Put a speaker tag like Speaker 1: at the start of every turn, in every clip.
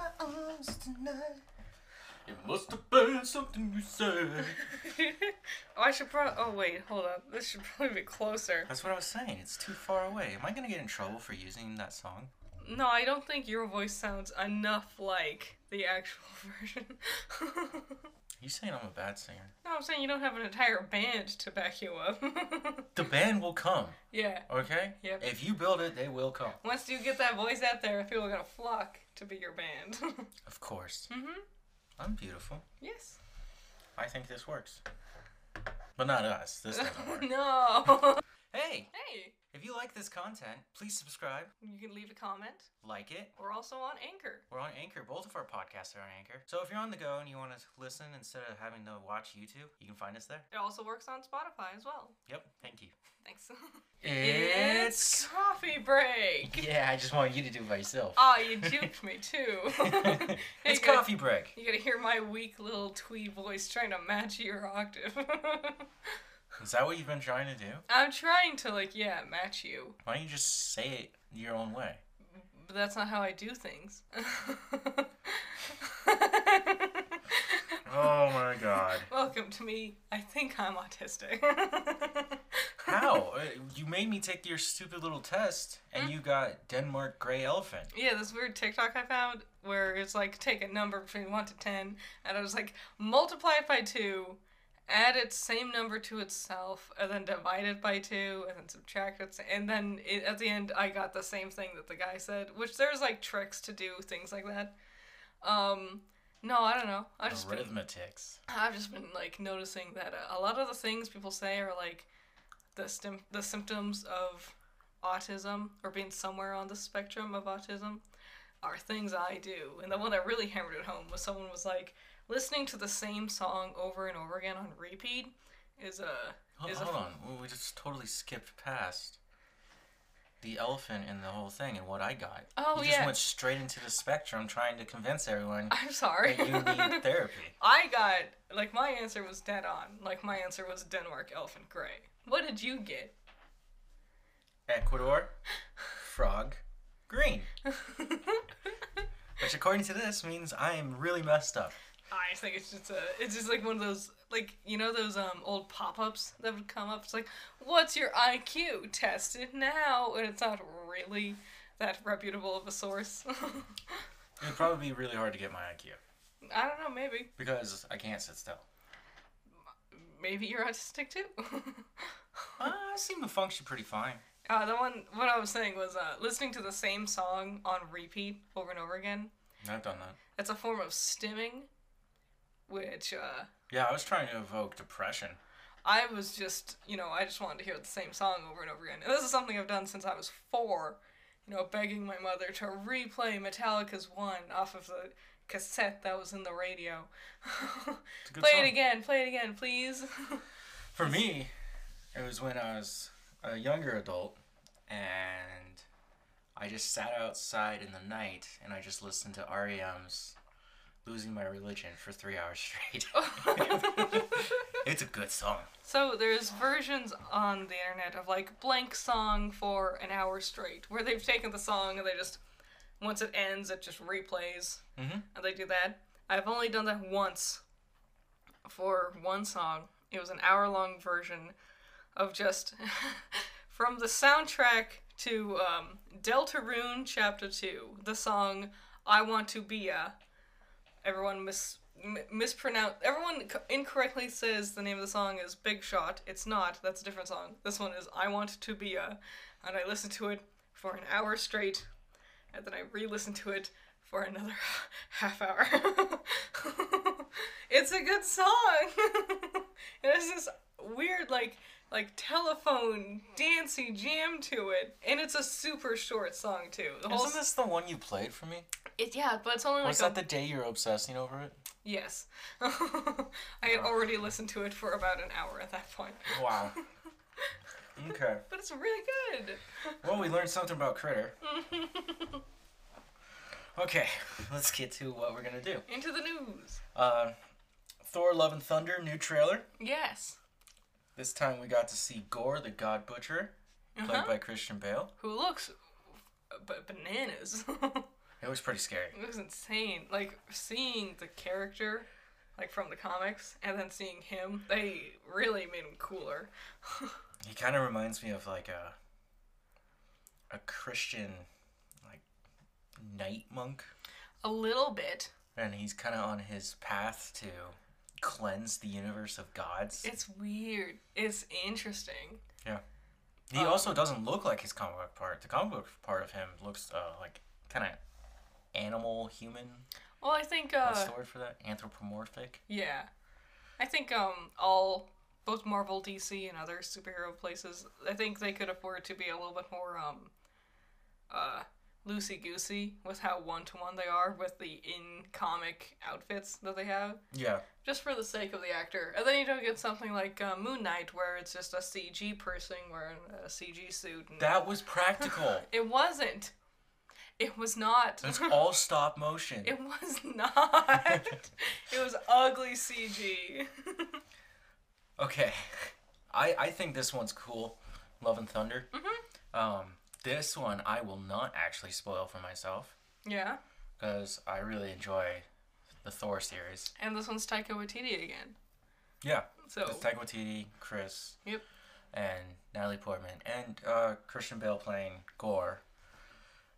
Speaker 1: times tonight. It must have been something you said.
Speaker 2: oh, I should probably. Oh wait, hold up. This should probably be closer.
Speaker 1: That's what I was saying. It's too far away. Am I gonna get in trouble for using that song?
Speaker 2: No, I don't think your voice sounds enough like the actual version.
Speaker 1: You saying I'm a bad singer?
Speaker 2: no, I'm saying you don't have an entire band to back you up.
Speaker 1: The band will come,
Speaker 2: yeah.
Speaker 1: okay?
Speaker 2: Yep.
Speaker 1: If you build it, they will come.
Speaker 2: Once you get that voice out there, people are gonna flock to be your band.
Speaker 1: Of course.
Speaker 2: mm-hmm.
Speaker 1: I'm beautiful.
Speaker 2: Yes.
Speaker 1: I think this works. But not us. This doesn't work.
Speaker 2: no.
Speaker 1: hey,
Speaker 2: hey,
Speaker 1: if you like this content, please subscribe,
Speaker 2: you can leave a comment.
Speaker 1: like it.
Speaker 2: We're also on Anchor.
Speaker 1: We're on Anchor. Both of our podcasts are on Anchor. So if you're on the go and you want to listen instead of having to watch YouTube, you can find us there.
Speaker 2: It also works on Spotify as well.
Speaker 1: Yep. Thank you.
Speaker 2: Thanks. coffee break.
Speaker 1: Yeah, I just want you to do it by yourself.
Speaker 2: Aw, Oh, you juked me too.
Speaker 1: it's
Speaker 2: you gotta-
Speaker 1: coffee break.
Speaker 2: You gotta hear my weak little twee voice trying to match your octave.
Speaker 1: Is that what you've been trying to do?
Speaker 2: I'm trying to like, yeah, match you.
Speaker 1: Why don't you just say it your own way?
Speaker 2: But that's not how I do things.
Speaker 1: Oh my god.
Speaker 2: Welcome to me. I think I'm autistic.
Speaker 1: How? Uh, You made me take your stupid little test
Speaker 2: Hmm?
Speaker 1: and you got Denmark Grey Elephant.
Speaker 2: Yeah, this weird TikTok I found where it's like take a number between one to ten, and I was like multiply it by two, add its same number to itself, and then divide it by two, and then subtract it, and then it, at the end I got the same thing that the guy said. Which there's like tricks to do things like that. Um, no, I don't know. I just been,
Speaker 1: Arithmetics.
Speaker 2: I've just been like noticing that uh, a lot of the things people say are like the stim- the symptoms of autism or being somewhere on the spectrum of autism are things I do. And the one that really hammered it home was someone was like listening to the same song over and over again on repeat is a
Speaker 1: Hold,
Speaker 2: is a
Speaker 1: hold on. We- We just totally skipped past the elephant and the whole thing and what I got.
Speaker 2: Oh,
Speaker 1: you
Speaker 2: yeah.
Speaker 1: just went straight into the spectrum trying to convince everyone
Speaker 2: I'm sorry.
Speaker 1: that you need therapy.
Speaker 2: I got like my answer was dead on. Like my answer was Denmark Elephant Grey. What did you get?
Speaker 1: Ecuador, frog, green. Which, according to this, means I am really messed up.
Speaker 2: I think it's just a, it's just like one of those, like you know those um old pop-ups that would come up. It's like, what's your IQ? Test it now, and it's not really that reputable of a source.
Speaker 1: It'd probably be really hard to get my IQ
Speaker 2: I don't know, maybe,
Speaker 1: because I can't sit still.
Speaker 2: maybe you're autistic too.
Speaker 1: Uh, I seem to function pretty fine.
Speaker 2: uh, the one, what I was saying was uh, listening to the same song on repeat over and over again.
Speaker 1: I've done that.
Speaker 2: That's a form of stimming, which uh,
Speaker 1: Yeah, I was trying to evoke depression.
Speaker 2: I was just, you know, I just wanted to hear the same song over and over again. And this is something I've done since I was four, you know, begging my mother to replay Metallica's One off of the cassette that was in the radio.
Speaker 1: It's a good
Speaker 2: play
Speaker 1: song.
Speaker 2: it again, play it again, please.
Speaker 1: For me, it was when I was a younger adult and I just sat outside in the night and I just listened to REM's Losing My Religion for three hours straight.
Speaker 2: Oh.
Speaker 1: it's a good song.
Speaker 2: so there's versions on the internet of like blank song for an hour straight, where they've taken the song and they just, once it ends, it just replays.
Speaker 1: Mhm.
Speaker 2: And they do that. I've only done that once for one song. It was an hour long version of just from the soundtrack to um, Deltarune Chapter 2, the song I Want to Be a. Everyone mis- m- mispronounce. Everyone c- incorrectly says the name of the song is Big Shot. It's not. That's a different song. This one is I Want to Be a. And I listened to it for an hour straight, and then I re listened to it for another half hour. it's a good song. it has this weird like like telephone dancey jam to it, and it's a super short song too. The whole
Speaker 1: Isn't this the one you played for me?
Speaker 2: it, yeah, but it's only like
Speaker 1: Was
Speaker 2: a
Speaker 1: that the day you were obsessing over it?
Speaker 2: Yes. I had already listened to it for about an hour at that point.
Speaker 1: Wow. okay.
Speaker 2: But it's really good.
Speaker 1: Well, we learned something about Critter. okay, let's get to what we're gonna do.
Speaker 2: Into the news.
Speaker 1: Uh, Thor: Love and Thunder new trailer.
Speaker 2: Yes.
Speaker 1: This time we got to see Gore, the God Butcher, played
Speaker 2: Uh-huh.
Speaker 1: by Christian Bale.
Speaker 2: Who looks b- bananas.
Speaker 1: It was pretty scary.
Speaker 2: It was insane. Like seeing the character, like from the comics, and then seeing him, they really made him cooler.
Speaker 1: He kind of reminds me of like a a Christian like knight monk,
Speaker 2: A little bit.
Speaker 1: and he's kind of on his path to cleanse the universe of gods.
Speaker 2: It's weird. It's interesting.
Speaker 1: He
Speaker 2: Um,
Speaker 1: also doesn't look like his comic book part. The comic book part of him looks uh, like kind of animal human.
Speaker 2: Well, I think
Speaker 1: What's
Speaker 2: uh,
Speaker 1: the word for that? Anthropomorphic.
Speaker 2: yeah, I think um all both Marvel, DC, and other superhero places, I think they could afford to be a little bit more um uh loosey goosey with how one to one they are with the in comic outfits that they have.
Speaker 1: Yeah.
Speaker 2: just for the sake of the actor. And then you don't get something like uh, Moon Knight, where it's just a CG person wearing a CG suit. And...
Speaker 1: That was practical.
Speaker 2: It wasn't. It was not.
Speaker 1: That's all stop motion.
Speaker 2: It was not. it was ugly CG.
Speaker 1: Okay. I, I think this one's cool. Love and Thunder. Mm-hmm. Um, this one I will not actually spoil for myself
Speaker 2: yeah.
Speaker 1: because I really enjoy the Thor series.
Speaker 2: And this one's Taika Waititi again.
Speaker 1: Yeah.
Speaker 2: So
Speaker 1: It's Taika Waititi, Chris.
Speaker 2: Yep.
Speaker 1: And Natalie Portman and uh, Christian Bale playing Gore.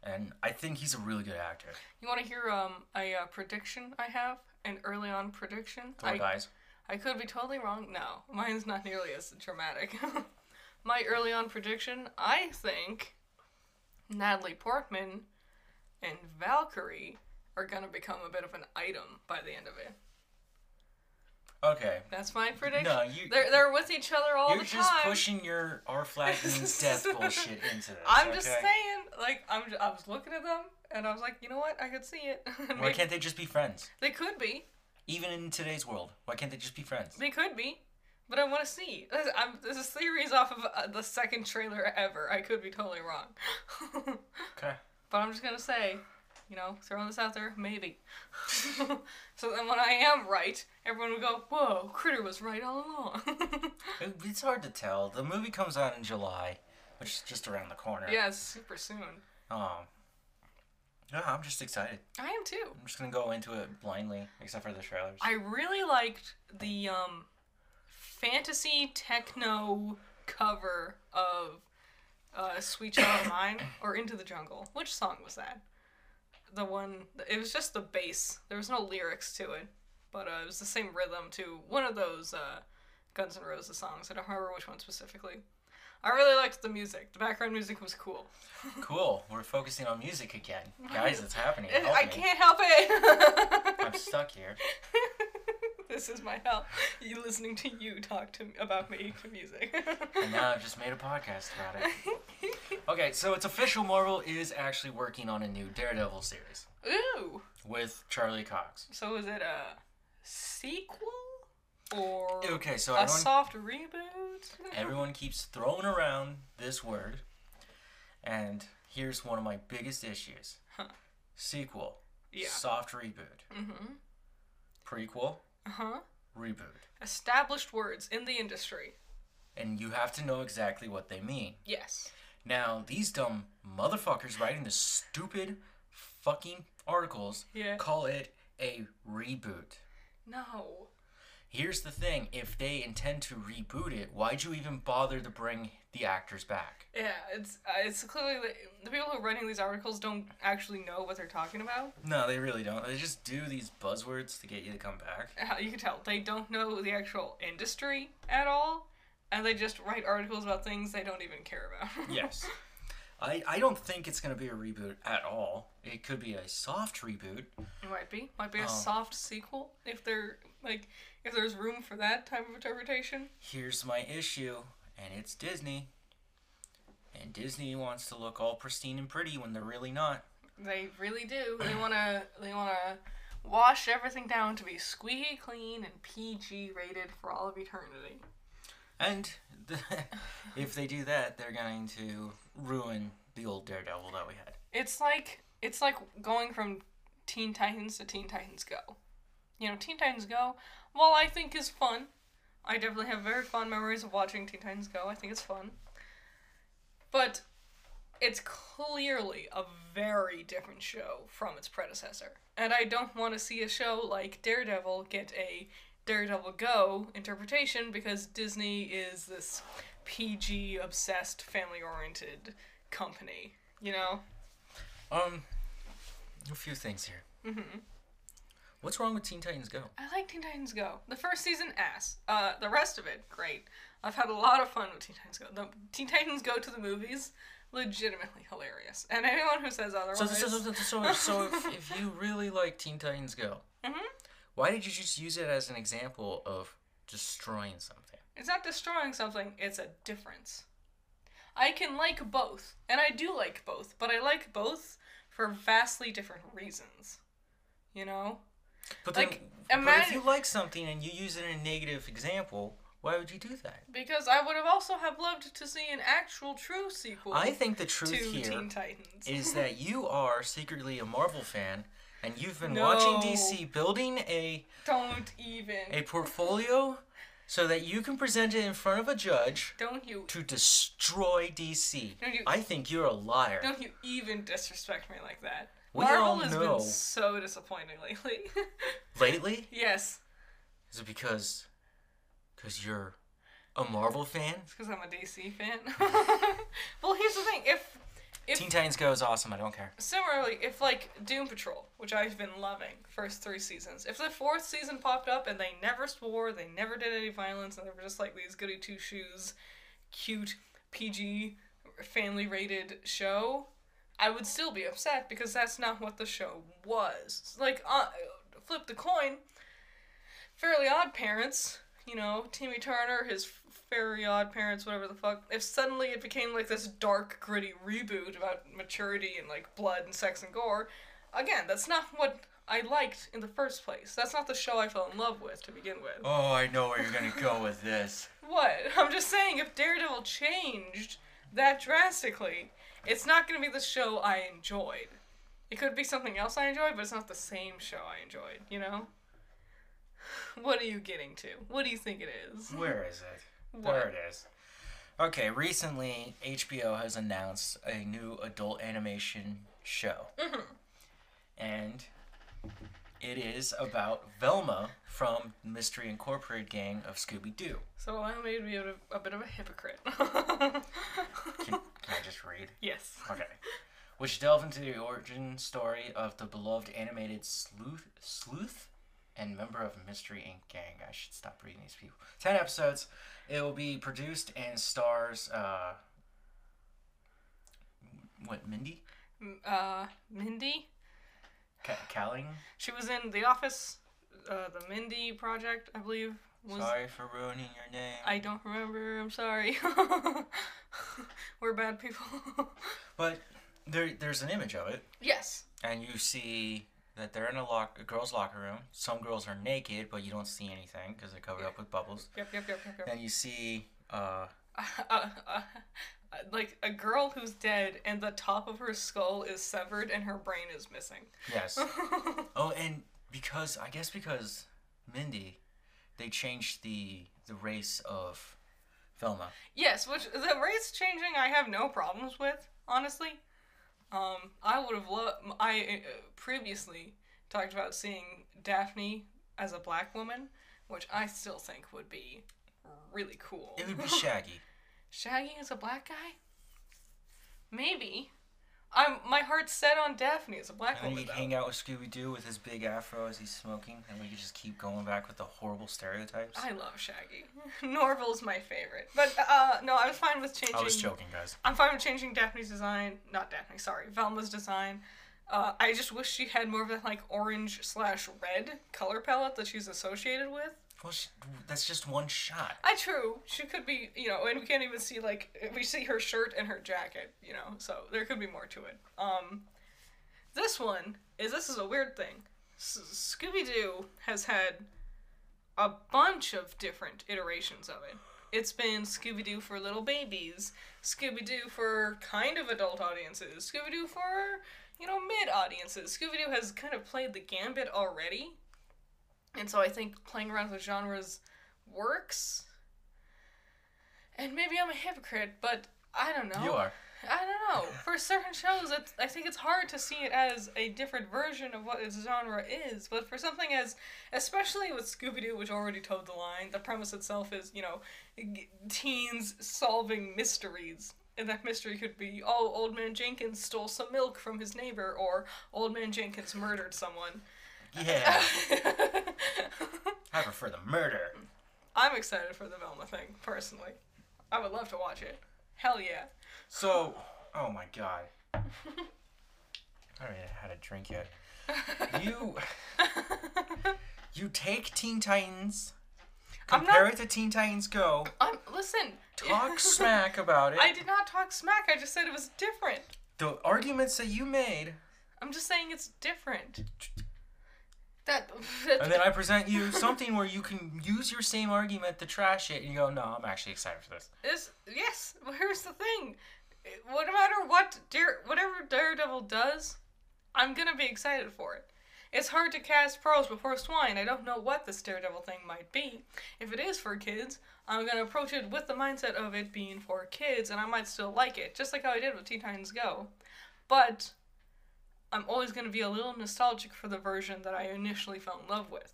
Speaker 1: And I think he's a really good actor.
Speaker 2: you want to hear um a uh, prediction I have? An early on prediction?
Speaker 1: Thor
Speaker 2: I-
Speaker 1: dies.
Speaker 2: I could be totally wrong. No, mine's not nearly as dramatic. My early on prediction, I think Natalie Portman and Valkyrie are gonna become a bit of an item by the end of it.
Speaker 1: Okay.
Speaker 2: That's my prediction.
Speaker 1: No, you.
Speaker 2: They're they're with each other all
Speaker 1: You're
Speaker 2: the
Speaker 1: just
Speaker 2: time.
Speaker 1: pushing your R flag means death bullshit into this.
Speaker 2: I'm just
Speaker 1: okay?
Speaker 2: saying, like I'm, ju- I was looking at them and I was like, you know what? I could see it. And
Speaker 1: Why
Speaker 2: they-
Speaker 1: can't they just be friends?
Speaker 2: they could be.
Speaker 1: Even in today's world, why can't they just be friends?
Speaker 2: They could be, but I want to see. This, I'm, this is theories off of uh, the second trailer ever. I could be totally wrong.
Speaker 1: Okay.
Speaker 2: but I'm just gonna say, you know, throwing this out there, maybe. so then when I am right, everyone will go, "Whoa, Critter was right all along."
Speaker 1: It's hard to tell. The movie comes out in July, which is just around the corner.
Speaker 2: yeah, it's super soon.
Speaker 1: Um. Yeah, I'm just excited.
Speaker 2: I am too.
Speaker 1: I'm just gonna go into it blindly, except for the trailers.
Speaker 2: I really liked the um, fantasy techno cover of uh, "Sweet Child of Mine" or "Into the Jungle." Which song was that? The one. It was just the bass. There was no lyrics to it, but uh, it was the same rhythm to one of those uh, Guns N' Roses songs. I don't remember which one specifically. I really liked the music. The background music was cool.
Speaker 1: Cool. We're focusing on music again, guys. It's happening. Help
Speaker 2: I
Speaker 1: me.
Speaker 2: can't help it.
Speaker 1: I'm stuck here.
Speaker 2: this is my hell. You listening to you talk to about me to music.
Speaker 1: And now I've just made a podcast about it. Okay, so it's official. Marvel is actually working on a new Daredevil series
Speaker 2: Ooh.
Speaker 1: with Charlie Cox.
Speaker 2: So is it a sequel or
Speaker 1: Okay, so
Speaker 2: a
Speaker 1: everyone
Speaker 2: soft reboot?
Speaker 1: Everyone keeps throwing around this word, and here's one of my biggest issues:
Speaker 2: Huh.
Speaker 1: sequel,
Speaker 2: Yeah.
Speaker 1: soft reboot,
Speaker 2: Mm-hmm.
Speaker 1: prequel,
Speaker 2: Uh huh.
Speaker 1: reboot,
Speaker 2: Established words in the industry.
Speaker 1: and you have to know exactly what they mean.
Speaker 2: Yes.
Speaker 1: Now, these dumb motherfuckers writing the stupid fucking articles
Speaker 2: Yeah.
Speaker 1: call it a reboot.
Speaker 2: No.
Speaker 1: Here's the thing: if they intend to reboot it, why'd you even bother to bring the actors back?
Speaker 2: Yeah, it's uh, it's clearly the, the people who are writing these articles don't actually know what they're talking about.
Speaker 1: No, they really don't. They just do these buzzwords to get you to come back.
Speaker 2: Uh, You can tell they don't know the actual industry at all, and they just write articles about things they don't even care about.
Speaker 1: Yes. I, I don't think it's going to be a reboot at all. It could be a soft reboot.
Speaker 2: It might be. Might be a
Speaker 1: Oh.
Speaker 2: soft sequel if there like if there's room for that type of interpretation.
Speaker 1: Here's my issue, and it's Disney. And Disney wants to look all pristine and pretty when they're really not.
Speaker 2: They really do. They wanna they wanna wash everything down to be squeaky clean and PG rated for all of eternity.
Speaker 1: And the, if they do that, they're going to ruin the old Daredevil that we had.
Speaker 2: It's like it's like going from Teen Titans to Teen Titans Go. You know, Teen Titans Go, while I think is fun, I definitely have very fond memories of watching Teen Titans Go. I think it's fun. But it's clearly a very different show from its predecessor. And I don't want to see a show like Daredevil get a Daredevil Go interpretation because Disney is this PG obsessed, family oriented company, you know?
Speaker 1: Um, a few things here.
Speaker 2: hmm
Speaker 1: What's wrong with Teen Titans Go?
Speaker 2: I like Teen Titans Go. The first season, ass. Uh, the rest of it, great. I've had a lot of fun with Teen Titans Go. The Teen Titans Go to the movies, legitimately hilarious. And anyone who says otherwise,
Speaker 1: So, so, so, so, so, so if, if you really like Teen Titans Go,
Speaker 2: Mhm.
Speaker 1: why did you just use it as an example of destroying something?
Speaker 2: it's not destroying something. It's a difference. I can like both, and I do like both, but I like both for vastly different reasons. You know,
Speaker 1: But
Speaker 2: Like,
Speaker 1: then, but if
Speaker 2: imagine-
Speaker 1: you like something and you use it in a negative example, why would you do that?
Speaker 2: because I would have also have loved to see an actual true sequel
Speaker 1: I think the truth
Speaker 2: to
Speaker 1: here
Speaker 2: Teen Titans.
Speaker 1: is that you are secretly a Marvel fan, and you've been
Speaker 2: No.
Speaker 1: watching DC building a
Speaker 2: Don't even.
Speaker 1: a portfolio so that you can present it in front of a judge
Speaker 2: Don't you
Speaker 1: to destroy DC.
Speaker 2: Don't you-
Speaker 1: I think you're a liar.
Speaker 2: Don't you even disrespect me like that.
Speaker 1: We
Speaker 2: Marvel
Speaker 1: all
Speaker 2: has
Speaker 1: know.
Speaker 2: been so disappointing lately.
Speaker 1: Lately,
Speaker 2: yes,
Speaker 1: is it because because you're a Marvel fan?
Speaker 2: it's because I'm a DC fan. well, here's the thing. If If-
Speaker 1: Teen Titans Go is awesome. I don't care.
Speaker 2: similarly, if like Doom Patrol, which I've been loving first three seasons, if the fourth season popped up and they never swore, they never did any violence, and they were just like these goody two shoes, cute, PG, family rated show, I would still be upset because that's not what the show was. Like, uh, flip the coin. Fairly Odd Parents, you know, Timmy Turner, his Fairly Odd Parents, whatever the fuck. If suddenly it became like this dark, gritty reboot about maturity and like blood and sex and gore, again, that's not what I liked in the first place. That's not the show I fell in love with to begin with.
Speaker 1: Oh, I know where you're gonna go with this.
Speaker 2: What? I'm just saying, if Daredevil changed that drastically, it's not going to be the show I enjoyed. It could be something else I enjoyed, but it's not the same show I enjoyed, you know? What are you getting to? What do you think it is?
Speaker 1: Where is it? There
Speaker 2: What?
Speaker 1: it is. Okay, recently HBO has announced a new adult animation show. And it is about Velma from Mystery Incorporated gang of Scooby Doo.
Speaker 2: So allow me to be a, a bit of a hypocrite.
Speaker 1: Can, can I just read?
Speaker 2: yes.
Speaker 1: Okay. Which delve into the origin story of the beloved animated sleuth, sleuth, and member of Mystery Inc. gang. I should stop reading these people. Ten episodes. It will be produced and stars. Uh, what Mindy?
Speaker 2: M- Uh, Mindy?
Speaker 1: Ca Calling.
Speaker 2: She was in The Office, uh, the Mindy Project, I believe. Was
Speaker 1: Sorry for ruining your name.
Speaker 2: I don't remember. I'm sorry. We're bad people.
Speaker 1: But there, there's an image of it,
Speaker 2: yes.
Speaker 1: and you see that they're in a lock, a girls' locker room. Some girls are naked, but you don't see anything because they're covered up with bubbles.
Speaker 2: Yep, yep, yep, yep, yep.
Speaker 1: Then you see. Uh,
Speaker 2: Uh, uh, uh, like a girl who's dead and the top of her skull is severed and her brain is missing.
Speaker 1: yes. Oh, and because I guess because Mindy, they changed the the race of Velma.
Speaker 2: yes, which the race changing I have no problems with, honestly. Um, I would have loved. I uh, previously talked about seeing Daphne as a black woman, which I still think would be really cool.
Speaker 1: It would be Shaggy.
Speaker 2: Shaggy is a black guy? Maybe. I'm my heart's set on Daphne as a black
Speaker 1: And then
Speaker 2: woman.
Speaker 1: he'd
Speaker 2: though.
Speaker 1: hang out with Scooby Doo with his big afro as he's smoking, and we could just keep going back with the horrible stereotypes. I,
Speaker 2: I love Shaggy. Norval's my favorite. But uh no, I was fine with changing
Speaker 1: was joking, guys.
Speaker 2: I'm fine with changing Daphne's design. Not Daphne, sorry, Velma's design. Uh, I just wish she had more of that like orange slash red color palette that she's associated with.
Speaker 1: Well, sh that's just one shot.
Speaker 2: I true. She could be, you know, and we can't even see like we see her shirt and her jacket, you know. So there could be more to it. Um, this one is this is a weird thing. S- Scooby Doo has had a bunch of different iterations of it. It's been Scooby Doo for little babies, Scooby Doo for kind of adult audiences, Scooby Doo for you know mid audiences. Scooby Doo has kind of played the gambit already, and so I think playing around with genres works. And maybe I'm a hypocrite, but I don't know.
Speaker 1: You are.
Speaker 2: I don't know. For certain shows, it's, I think it's hard to see it as a different version of what its genre is. But for something as, especially with Scooby Doo, which already towed the line, the premise itself is, you know, g- teens solving mysteries. And that mystery could be, oh, Old Man Jenkins stole some milk from his neighbor, or Old Man Jenkins murdered someone.
Speaker 1: Yeah, I prefer the murder.
Speaker 2: I'm excited for the Velma thing, personally. I would love to watch it. Hell yeah.
Speaker 1: So, oh my god. I don't even had a drink yet. You you take Teen Titans,
Speaker 2: I'm
Speaker 1: compare
Speaker 2: not-
Speaker 1: it to Teen Titans Go,
Speaker 2: I'm, listen.
Speaker 1: talk smack about it.
Speaker 2: I did not talk smack. I just said it was different.
Speaker 1: The arguments that you made,
Speaker 2: I'm just saying it's different. That. that
Speaker 1: and then I present you something where you can use your same argument to trash it, and you go, "No, I'm actually excited for this."
Speaker 2: is, yes. well, Here's the thing. It- What no matter what Dare, whatever Daredevil does, I'm gonna be excited for it. It's hard to cast pearls before swine. I don't know what this Daredevil thing might be. If it is for kids, I'm gonna approach it with the mindset of it being for kids, and I might still like it, just like how I did with Teen Titans Go. But I'm always gonna be a little nostalgic for the version that I initially fell in love with.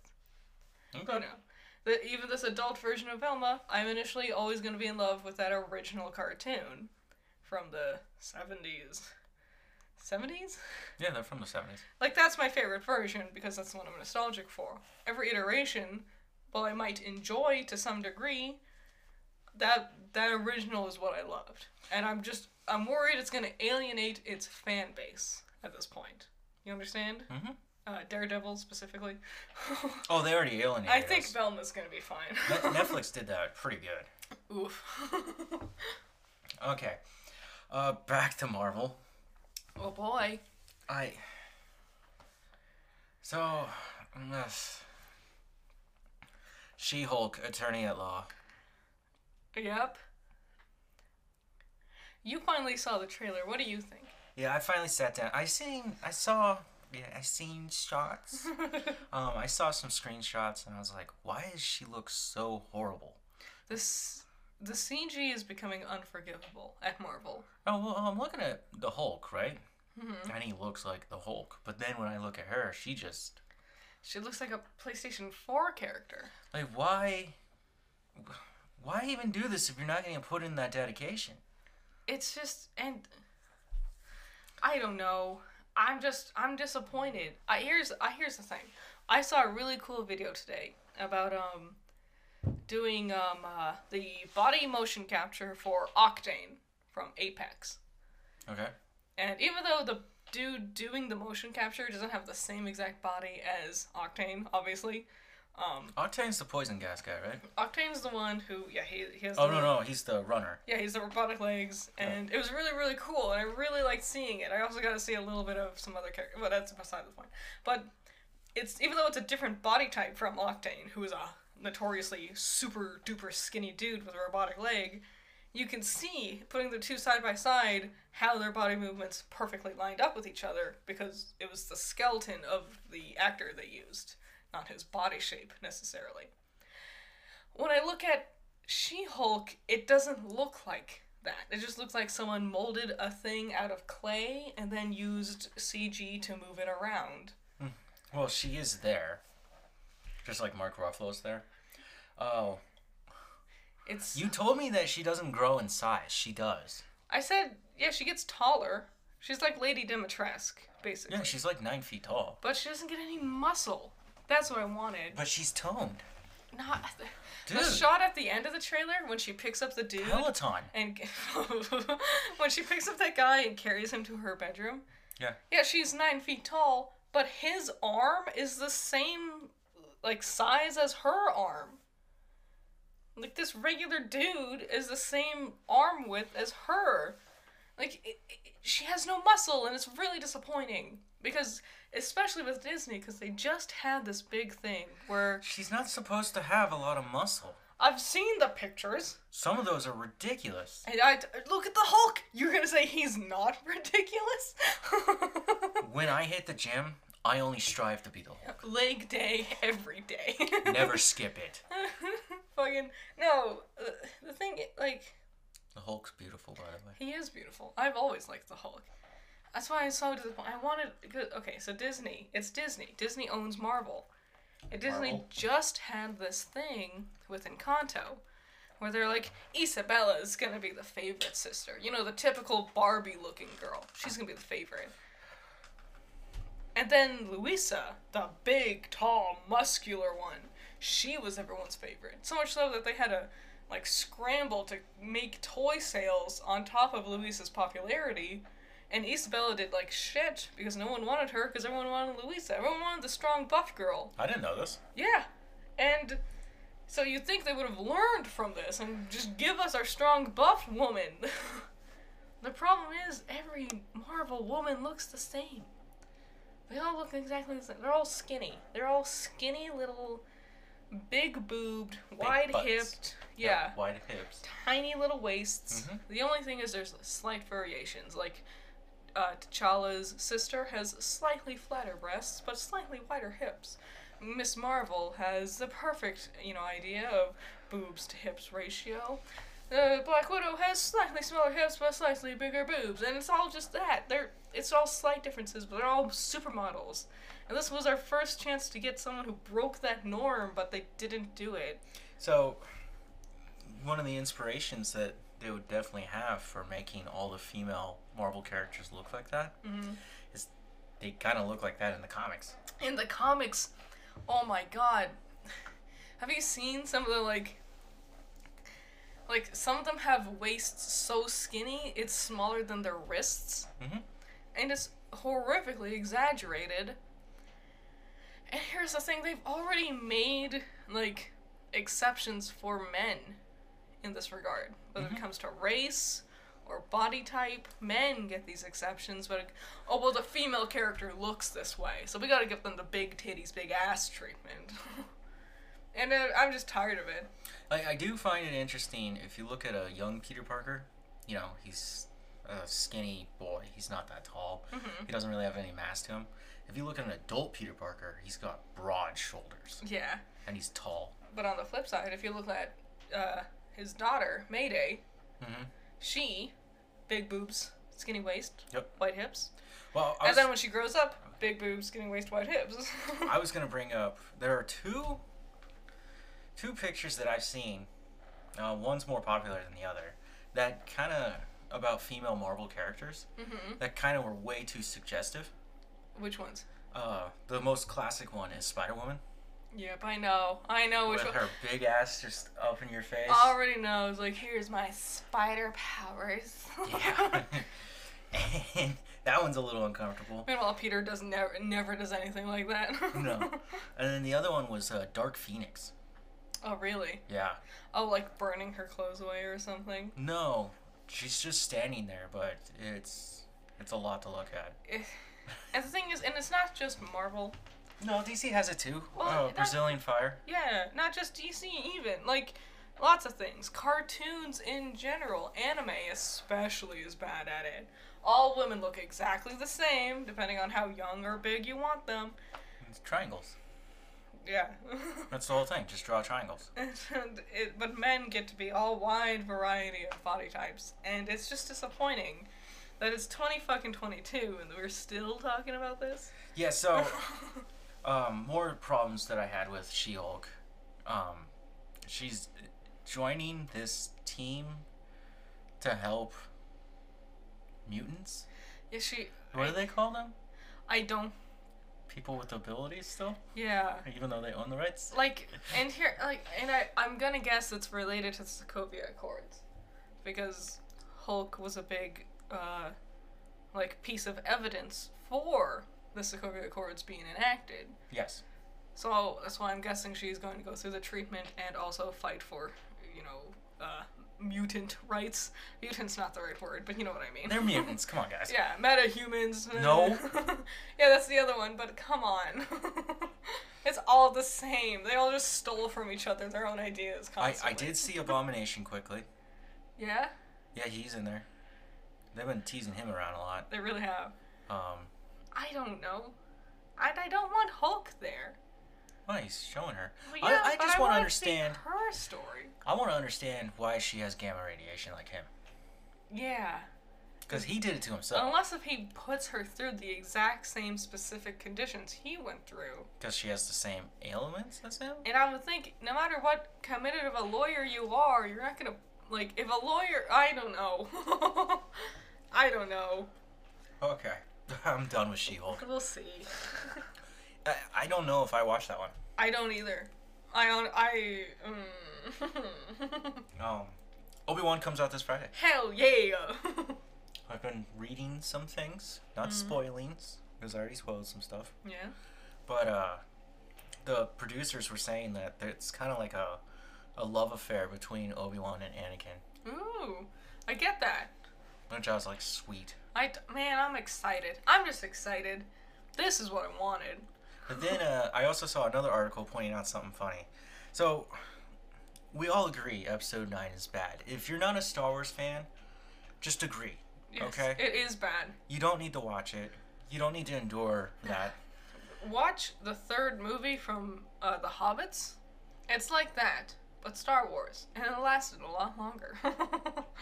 Speaker 1: Okay.
Speaker 2: you know, the, even this adult version of Velma, I'm initially always going to be in love with that original cartoon from the 70s. 70s?
Speaker 1: Yeah, they're from the '70s.
Speaker 2: Like, that's my favorite version because that's the one I'm nostalgic for. Every iteration, while I might enjoy to some degree, that that original is what I loved. And I'm just, I'm worried it's going to alienate its fan base at this point. You understand?
Speaker 1: Mhm.
Speaker 2: Uh, Daredevil specifically.
Speaker 1: Oh, they already alienated.
Speaker 2: I think
Speaker 1: us.
Speaker 2: Velma's going to be fine.
Speaker 1: Ne- Netflix did that pretty good.
Speaker 2: Oof.
Speaker 1: Okay, uh, back to Marvel.
Speaker 2: oh boy.
Speaker 1: I. So, mm, yes. She Hulk, attorney at law.
Speaker 2: Yep. You finally saw the trailer. What do you think?
Speaker 1: Yeah, I finally sat down. I seen, I saw, yeah, I seen shots. um, I saw some screenshots, and I was like, why does she look so horrible?
Speaker 2: This the CG is becoming unforgivable at Marvel.
Speaker 1: Oh well, I'm looking at the Hulk, right? And he looks like the Hulk, but then when I look at her, she just
Speaker 2: She looks like a PlayStation 4 character.
Speaker 1: like why, why even do this if you're not gonna put in that dedication?
Speaker 2: It's just and I don't know. I'm just I'm disappointed. I here's I here's the thing. I saw a really cool video today about um doing um uh, the body motion capture for Octane from Apex.
Speaker 1: Okay.
Speaker 2: And even though the dude doing the motion capture doesn't have the same exact body as Octane, obviously, um,
Speaker 1: Octane's the poison gas guy, right?
Speaker 2: Mm-hmm. Octane's the one who, yeah, he, he has.
Speaker 1: Oh
Speaker 2: the,
Speaker 1: no, no, he's the runner.
Speaker 2: Yeah, he's the robotic legs, and it was really, really cool, and I really liked seeing it. I also got to see a little bit of some other character, but that's beside the point. But it's even though it's a different body type from Octane, who is a notoriously super duper skinny dude with a robotic leg, you can see putting the two side by side how their body movements perfectly lined up with each other because it was the skeleton of the actor they used, not his body shape necessarily. When I look at She Hulk, it doesn't look like that. It just looks like someone molded a thing out of clay and then used CG to move it around.
Speaker 1: Well, she is there, just like Mark Ruffalo's there. Oh,
Speaker 2: It's
Speaker 1: you told me that she doesn't grow in size. She does.
Speaker 2: I said, yeah, she gets taller. She's like Lady Dimitrescu, basically.
Speaker 1: Yeah, she's like nine feet tall,
Speaker 2: but she doesn't get any muscle. That's what I wanted.
Speaker 1: but she's toned.
Speaker 2: Not the
Speaker 1: Dude.
Speaker 2: shot at the end of the trailer when she picks up the dude
Speaker 1: Peloton.
Speaker 2: and when she picks up that guy and carries him to her bedroom.
Speaker 1: Yeah.
Speaker 2: Yeah, she's nine feet tall, but his arm is the same like size as her arm. Like this regular dude is the same arm width as her. Like it, it, she has no muscle, and it's really disappointing because especially with Disney, because they just had this big thing where
Speaker 1: She's not supposed to have a lot of muscle.
Speaker 2: I've seen the pictures.
Speaker 1: Some of those are ridiculous.
Speaker 2: And I look at the Hulk. You're gonna say he's not ridiculous?
Speaker 1: When I hit the gym, I only strive to be the Hulk.
Speaker 2: Leg day every day.
Speaker 1: Never skip it.
Speaker 2: Fucking no. uh, The thing, i- like,
Speaker 1: The Hulk's beautiful, by the way.
Speaker 2: He is beautiful. I've always liked the Hulk. That's why I'm so disappointed. I wanted. good- Okay, so Disney. It's Disney. Disney owns Marvel. And Disney
Speaker 1: Marvel.
Speaker 2: just had this thing with Encanto where they're like, Isabella is going to be the favorite sister. You know, the typical Barbie looking girl. She's going to be the favorite. And then Luisa, the big, tall, muscular one, she was everyone's favorite. So much so that they had a like scramble to make toy sales on top of Luisa's popularity. And Isabella did like shit because no one wanted her because everyone wanted Luisa. Everyone wanted the strong buff girl.
Speaker 1: I didn't know this.
Speaker 2: Yeah. And so you'd think they would have learned from this and just give us our strong buff woman. the problem is, every Marvel woman looks the same. They all look exactly the same. They're all skinny. They're all skinny little, big boobed, wide hipped.
Speaker 1: butts.
Speaker 2: Yeah.
Speaker 1: Wide hips.
Speaker 2: Tiny little waists.
Speaker 1: Mhm.
Speaker 2: The only thing is, there's slight variations. Like, uh, T'Challa's sister has slightly flatter breasts, but slightly wider hips. Miss Marvel has the perfect, you know, idea of boobs to hips ratio. Uh, Black Widow has slightly smaller hips but slightly bigger boobs, and it's all just that. They're it's all slight differences, but they're all supermodels. And this was our first chance to get someone who broke that norm, but they didn't do it.
Speaker 1: So, one of the inspirations that they would definitely have for making all the female Marvel characters look like that is they kind of look like that in the comics.
Speaker 2: in the comics oh my god have you seen some of the like like some of them have waists so skinny it's smaller than their wrists
Speaker 1: Mhm.
Speaker 2: and it's horrifically exaggerated and here's the thing they've already made like exceptions for men in this regard whether it comes to race or body type men get these exceptions but oh well the female character looks this way so we gotta give them the big titties big ass treatment and uh, i'm just tired of it
Speaker 1: Like, I do find it interesting if you look at a young Peter Parker, you know, he's a skinny boy, he's not that tall,
Speaker 2: Mm-hmm.
Speaker 1: he doesn't really have any mass to him. If you look at an adult Peter Parker, he's got broad shoulders
Speaker 2: yeah
Speaker 1: and he's tall.
Speaker 2: but on the flip side if you look at uh, his daughter mayday Mm-hmm.
Speaker 1: Mhm.
Speaker 2: she big boobs skinny waist
Speaker 1: Yep.
Speaker 2: white hips
Speaker 1: Well, I
Speaker 2: and
Speaker 1: was,
Speaker 2: then when she grows up big boobs skinny waist white hips
Speaker 1: I was gonna bring up there are two two pictures that I've seen. Uh, one's more popular than the other. That kind of about female Marvel characters
Speaker 2: Mhm.
Speaker 1: that kind of were way too suggestive.
Speaker 2: which ones
Speaker 1: Uh, the most classic one is Spider Woman
Speaker 2: yep i know i know which
Speaker 1: with
Speaker 2: one
Speaker 1: her big ass just up in your face.
Speaker 2: already knows like here's my spider powers
Speaker 1: Yeah. and that one's a little uncomfortable.
Speaker 2: Meanwhile, Peter does never never does anything like that.
Speaker 1: No. And then the other one was uh, Dark Phoenix.
Speaker 2: oh really?
Speaker 1: Yeah.
Speaker 2: Oh, like burning her clothes away or something.
Speaker 1: No, she's just standing there, but it's it's a lot to look at.
Speaker 2: Eh. And the thing is, and it's not just Marvel.
Speaker 1: No, DC has it too.
Speaker 2: Well,
Speaker 1: oh,
Speaker 2: that-
Speaker 1: Brazilian Fire.
Speaker 2: Yeah, not just DC even. Like lots of things. Cartoons in general, anime especially is bad at it. All women look exactly the same, depending on how young or big you want them.
Speaker 1: It's triangles.
Speaker 2: Yeah.
Speaker 1: That's the whole thing. Just draw triangles.
Speaker 2: and it, but men get to be all wide variety of body types, and it's just disappointing that it's twenty fucking twenty two, and we're still talking about this.
Speaker 1: Yeah. So, um, more problems that I had with She-Hulk. Um, she's joining this team to help mutants.
Speaker 2: Is she?
Speaker 1: What do they call them?
Speaker 2: I don't.
Speaker 1: People with abilities still,
Speaker 2: Yeah.
Speaker 1: even though they own the rights.
Speaker 2: Like, and here, like, and I, I'm gonna guess it's related to the Sokovia Accords, because Hulk was a big, uh, like, piece of evidence for the Sokovia Accords being enacted.
Speaker 1: Yes.
Speaker 2: So that's why I'm guessing she's going to go through the treatment and also fight for, you know, uh, mutant rights. Mutant's not the right word, but you know what I mean.
Speaker 1: They're mutants. Come on, guys.
Speaker 2: yeah, metahumans.
Speaker 1: No.
Speaker 2: yeah, that's the other one, but come on. it's all the same. They all just stole from each other their own ideas
Speaker 1: I,
Speaker 2: constantly.
Speaker 1: I did see Abomination quickly.
Speaker 2: Yeah?
Speaker 1: Yeah, he's in there. They've been teasing him around a lot.
Speaker 2: They really have.
Speaker 1: Um,
Speaker 2: I don't know. I, I don't want Hulk there.
Speaker 1: Well, oh, he's showing her.
Speaker 2: But
Speaker 1: I,
Speaker 2: yeah,
Speaker 1: I
Speaker 2: but
Speaker 1: just
Speaker 2: I
Speaker 1: want to
Speaker 2: wanna see
Speaker 1: understand.
Speaker 2: her story.
Speaker 1: I want to understand why she has gamma radiation like him.
Speaker 2: Yeah.
Speaker 1: Because he did it to himself.
Speaker 2: Unless if he puts her through the exact same specific conditions he went through.
Speaker 1: Because she has the same ailments as him?
Speaker 2: And I would think, no matter what committed of a lawyer you are, you're not gonna like if a lawyer. I don't know. I don't know.
Speaker 1: Okay. I'm done with She Hulk.
Speaker 2: We'll see.
Speaker 1: I, I don't know if I watched that one.
Speaker 2: I don't either. I don't. I. Mm.
Speaker 1: Um, Obi Wan comes out this Friday.
Speaker 2: Hell yeah.
Speaker 1: I've been reading some things, not spoilings, because I already spoiled some stuff.
Speaker 2: yeah.
Speaker 1: But uh, the producers were saying that it's kind of like a, a love affair between Obi Wan and Anakin,
Speaker 2: Ooh. I get that.
Speaker 1: which I was like, sweet.
Speaker 2: I d- man, I'm excited. I'm just excited. This is what I wanted.
Speaker 1: But then uh, I also saw another article pointing out something funny. So we all agree Episode Nine is bad. If you're not a Star Wars fan, just agree.
Speaker 2: Yes,
Speaker 1: Okay.
Speaker 2: It is bad.
Speaker 1: You don't need to watch it. You don't need to endure that.
Speaker 2: Watch the third movie from uh, The Hobbits. It's like that, but Star Wars, and it lasted a lot longer.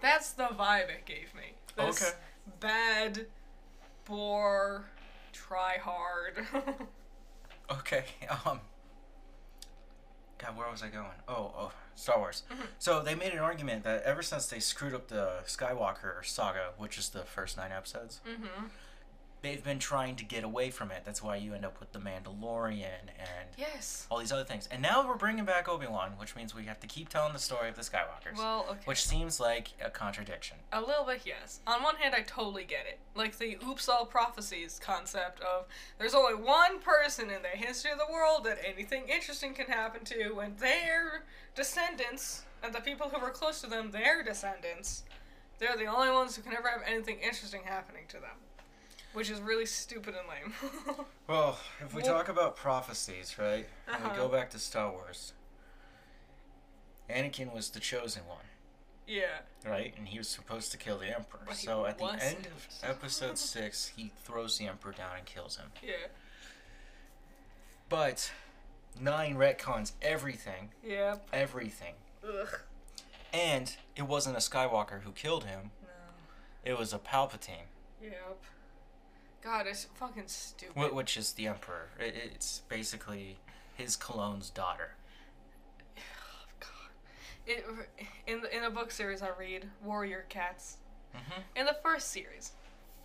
Speaker 2: That's the vibe it gave me. This
Speaker 1: Okay.
Speaker 2: Bad, bore, try hard.
Speaker 1: Okay. Um. God, where was I going? Oh, oh, Star Wars. So they made an argument that ever since they screwed up the Skywalker saga, which is the first nine episodes,
Speaker 2: hmm
Speaker 1: they've been trying to get away from it. That's why you end up with the Mandalorian and
Speaker 2: Yes.
Speaker 1: all these other things. And now we're bringing back Obi Wan, which means we have to keep telling the story of the Skywalkers,
Speaker 2: Well, okay.
Speaker 1: which seems like a contradiction.
Speaker 2: A little bit, yes. On one hand, I totally get it. Like the oops all prophecies concept of there's only one person in the history of the world that anything interesting can happen to, and their descendants, and the people who were close to them, their descendants, they're the only ones who can ever have anything interesting happening to them. Which is really stupid and lame.
Speaker 1: Well, if we
Speaker 2: Well-
Speaker 1: talk about prophecies, right? And
Speaker 2: Uh-huh.
Speaker 1: we go back to Star Wars. Anakin was the chosen one.
Speaker 2: yeah.
Speaker 1: right? And he was supposed to kill the Emperor.
Speaker 2: But he
Speaker 1: so at the
Speaker 2: wasn't.
Speaker 1: end of episode six, he throws the Emperor down and kills him.
Speaker 2: Yeah.
Speaker 1: But nine retcons everything,
Speaker 2: Yeah.
Speaker 1: everything.
Speaker 2: Ugh.
Speaker 1: And it wasn't a Skywalker who killed him,
Speaker 2: No.
Speaker 1: it was a Palpatine,
Speaker 2: Yep. God, it's fucking stupid.
Speaker 1: wh- which is the Emperor. It- It's basically his clone's daughter.
Speaker 2: It, in in a book series I read, Warrior Cats.
Speaker 1: Mhm.
Speaker 2: In the first series,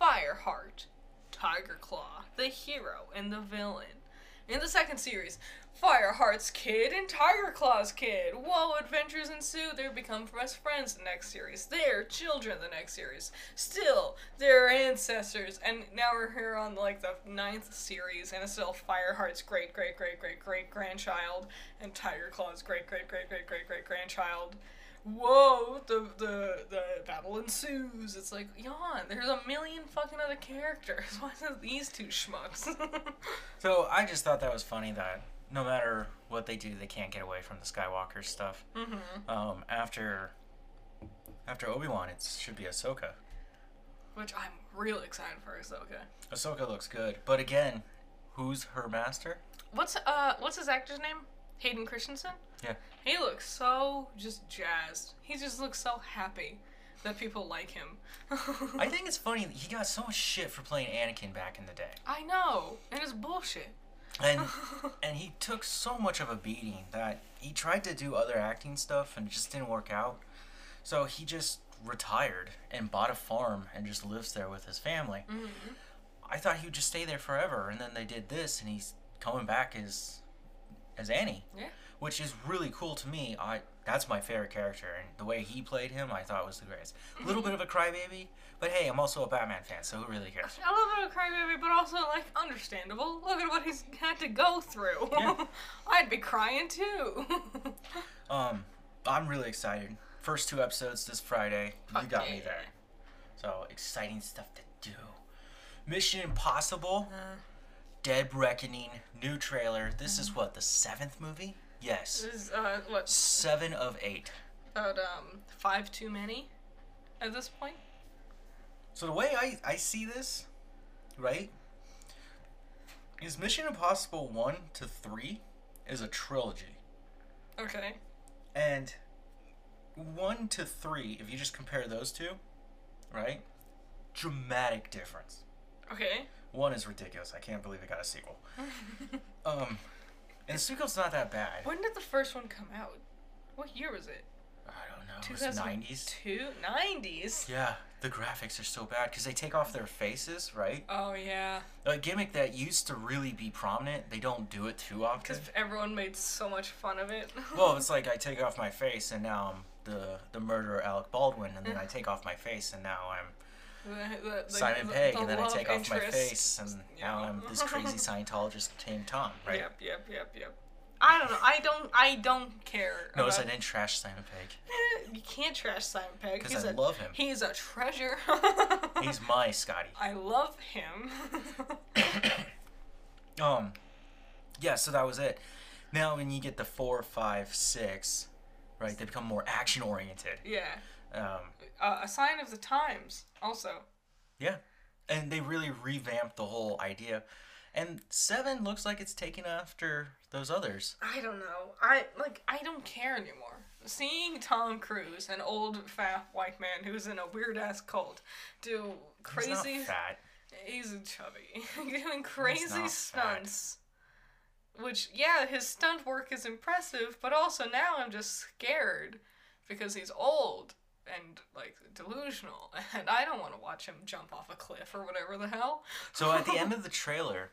Speaker 2: Fireheart, Tiger Claw, the hero and the villain. In the second series, Fireheart's kid and Tiger Claw's kid. Whoa, adventures ensue. They become best friends the next series. They're children the next series. Still, they're ancestors. And now we're here on like the ninth series, and it's still Fireheart's great great great great great grandchild and Tiger Claw's great great great great great great grandchild. Whoa, the the the battle ensues. It's like yawn. There's a million fucking other characters. Why is it these two schmucks?
Speaker 1: So I just thought that was funny that no matter what they do, they can't get away from the Skywalker stuff.
Speaker 2: hmm
Speaker 1: Um, after after Obi Wan, it should be Ahsoka.
Speaker 2: Which I'm real excited for Ahsoka.
Speaker 1: Ahsoka looks good, but again, who's her master?
Speaker 2: What's uh what's his actor's name? Hayden Christensen?
Speaker 1: Yeah.
Speaker 2: He looks so just jazzed. He just looks so happy that people like him.
Speaker 1: I think it's funny that he got so much shit for playing Anakin back in the day,
Speaker 2: I know. And it's bullshit.
Speaker 1: and and he took so much of a beating that he tried to do other acting stuff and it just didn't work out. So he just retired and bought a farm and just lives there with his family.
Speaker 2: Mm-hmm.
Speaker 1: I thought he would just stay there forever, and then they did this, and he's coming back as as Annie.
Speaker 2: Yeah.
Speaker 1: which is really cool to me. I that's my favorite character, and the way he played him, I thought was the greatest. A little bit of a crybaby, but hey, I'm also a Batman fan, so who really cares?
Speaker 2: A little bit of crybaby, but also like understandable. Look at what he's had to go through.
Speaker 1: Yeah.
Speaker 2: I'd be crying too.
Speaker 1: Um, I'm really excited. First two episodes this Friday. you
Speaker 2: Fuck
Speaker 1: got me
Speaker 2: yeah.
Speaker 1: there. So exciting stuff to do. Mission Impossible, Dead Reckoning, new trailer. This is what the seventh movie.
Speaker 2: this
Speaker 1: Yes,
Speaker 2: is uh, what
Speaker 1: seven of eight.
Speaker 2: about um five too many at this point.
Speaker 1: So the way I, I see this, right, is Mission Impossible 1 to 3 is a trilogy.
Speaker 2: Okay.
Speaker 1: And one to three, if you just compare those two, right? Dramatic difference.
Speaker 2: Okay.
Speaker 1: One is ridiculous. I can't believe it got a sequel. um, and the sequel's not that bad.
Speaker 2: When did the first one come out? What year was it?
Speaker 1: I don't know. Oh, It was 90s.
Speaker 2: 2002? 90s?
Speaker 1: Yeah, the graphics are so bad because they take off their faces, right?
Speaker 2: Oh, yeah.
Speaker 1: A gimmick that used to really be prominent, they don't do it too often.
Speaker 2: Because everyone made so much fun of it.
Speaker 1: Well, it's like I take off my face and now I'm the the murderer Alec Baldwin, and then I take off my face and now I'm
Speaker 2: The- the- the-
Speaker 1: Simon
Speaker 2: the-
Speaker 1: Pegg,
Speaker 2: the
Speaker 1: and then I
Speaker 2: love
Speaker 1: take off my
Speaker 2: interest.
Speaker 1: face and now I'm this crazy Scientologist named Tom, right?
Speaker 2: Yep, yep, yep, yep. I don't know. I don't. I don't care.
Speaker 1: Notice I
Speaker 2: about-
Speaker 1: didn't trash Simon Pegg.
Speaker 2: You can't trash Simon Pegg.
Speaker 1: 'Cause
Speaker 2: He's
Speaker 1: I
Speaker 2: a-
Speaker 1: love him.
Speaker 2: He's a treasure.
Speaker 1: He's my Scotty.
Speaker 2: I love him.
Speaker 1: Um, yeah, so that was it. Now when you get the four, five, six, right, they become more action oriented.
Speaker 2: yeah.
Speaker 1: Um,
Speaker 2: Uh, a sign of the times. Also.
Speaker 1: yeah, and they really revamped the whole idea. And seven looks like it's taking after those others.
Speaker 2: I don't know. I like I don't care anymore. Seeing Tom Cruise, an old fat white man who's in a weird ass cult, do
Speaker 1: He's not
Speaker 2: crazy
Speaker 1: fat.
Speaker 2: he's chubby. doing crazy
Speaker 1: not fat.
Speaker 2: stunts. Which yeah, his stunt work is impressive, but also now I'm just scared because he's old and like delusional and I don't want to watch him jump off a cliff or whatever the hell.
Speaker 1: So at the end of the trailer,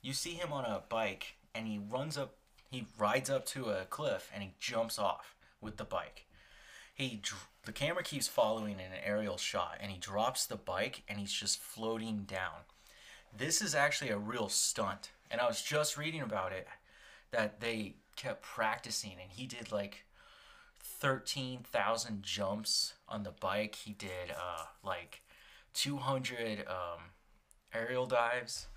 Speaker 1: you see him on a bike and he runs up, he rides up to a cliff and he jumps off with the bike. He dr- the camera keeps following in an aerial shot and he drops the bike and he's just floating down. This is actually a real stunt and I was just reading about it that they kept practicing and he did like 13,000 jumps on the bike. He did uh like 200 um aerial dives.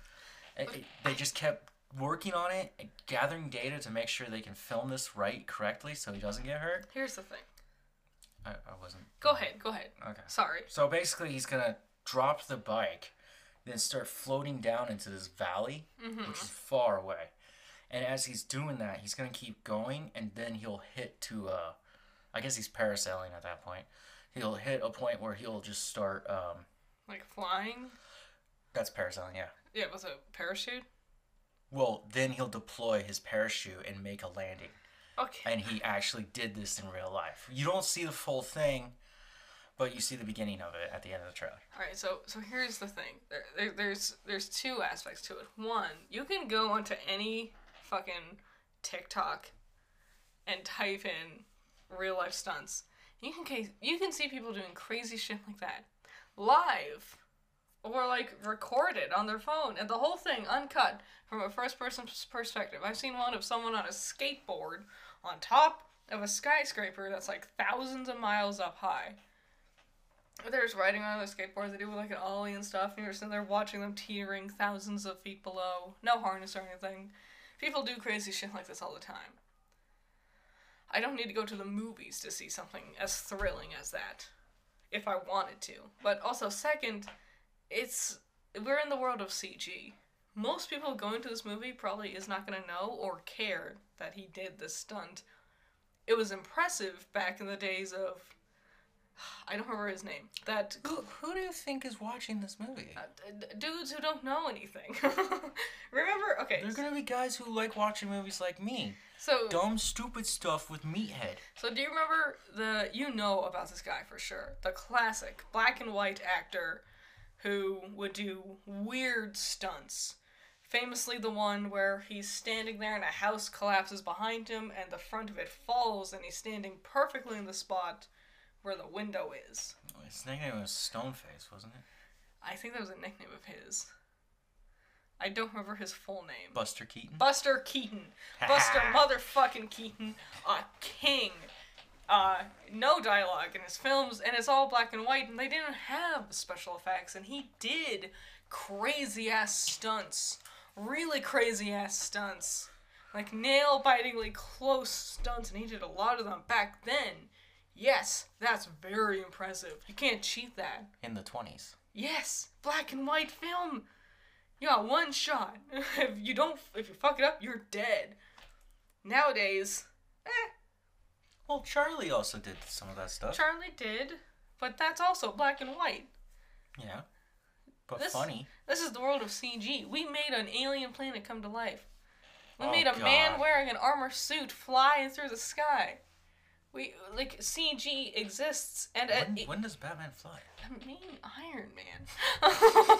Speaker 1: It- it- they just kept working on it, and gathering data to make sure they can film this right correctly so he doesn't get hurt.
Speaker 2: Here's the thing.
Speaker 1: I, I wasn't.
Speaker 2: Go ahead, go ahead.
Speaker 1: Okay.
Speaker 2: Sorry.
Speaker 1: So basically, he's gonna drop the bike, then start floating down into this valley,
Speaker 2: Mm-hmm.
Speaker 1: which is far away. And as he's doing that, he's gonna keep going, and then he'll hit to. Uh, I guess he's parasailing at that point. He'll hit a point where he'll just start. Um,
Speaker 2: Like flying?
Speaker 1: that's parasailing, yeah.
Speaker 2: Yeah, with a parachute?
Speaker 1: Well, then he'll deploy his parachute and make a landing.
Speaker 2: Okay.
Speaker 1: And he actually did this in real life. You don't see the full thing, but you see the beginning of it at the end of the trailer.
Speaker 2: All right. So so here's the thing. There, there there's there's two aspects to it. One, you can go onto any fucking TikTok and type in real life stunts. You can ca- you can see people doing crazy shit like that live or like recorded on their phone and the whole thing uncut from a first person perspective. I've seen one of someone on a skateboard on top of a skyscraper that's like thousands of miles up high. They're just riding on their skateboard. They do like an ollie and stuff, and you're sitting there watching them teetering thousands of feet below. No harness or anything. People do crazy shit like this all the time. I don't need to go to the movies to see something as thrilling as that, if I wanted to. But also, second, it's we're in the world of CG. Most people going to this movie probably is not gonna know or care that he did this stunt. It was impressive back in the days of I don't remember his name. That
Speaker 1: Who, who do you think is watching this movie?
Speaker 2: d- dudes who don't know anything. remember? Okay.
Speaker 1: There's gonna be guys who like watching movies like me.
Speaker 2: So
Speaker 1: Dumb, stupid stuff with Meathead.
Speaker 2: So do you remember the you know about this guy for sure. The classic black and white actor who would do weird stunts. Famously the one where he's standing there and a house collapses behind him and the front of it falls and he's standing perfectly in the spot where the window is.
Speaker 1: His nickname was Stoneface, wasn't it?
Speaker 2: I think that was a nickname of his. I don't remember his full name.
Speaker 1: Buster Keaton.
Speaker 2: Buster Keaton. Buster motherfucking Keaton, a king. Uh, no dialogue in his films, and it's all black and white, and they didn't have special effects, and he did crazy ass stunts. Really crazy ass stunts. Like nail bitingly close stunts, and he did a lot of them back then. Yes, that's very impressive. You can't cheat that.
Speaker 1: In the 20s.
Speaker 2: Yes, black and white film. You got one shot. if you don't, if you fuck it up, you're dead. Nowadays, eh,
Speaker 1: Well, Charlie also did some of that stuff.
Speaker 2: Charlie did, but that's also black and white.
Speaker 1: yeah. But
Speaker 2: This-
Speaker 1: funny.
Speaker 2: This is the world of CG. We made an alien planet come to life. We
Speaker 1: Oh,
Speaker 2: made a man
Speaker 1: God.
Speaker 2: wearing an armor suit flying through the sky. We like CG exists, and uh,
Speaker 1: When,
Speaker 2: it-
Speaker 1: when does Batman fly?
Speaker 2: I mean Iron Man.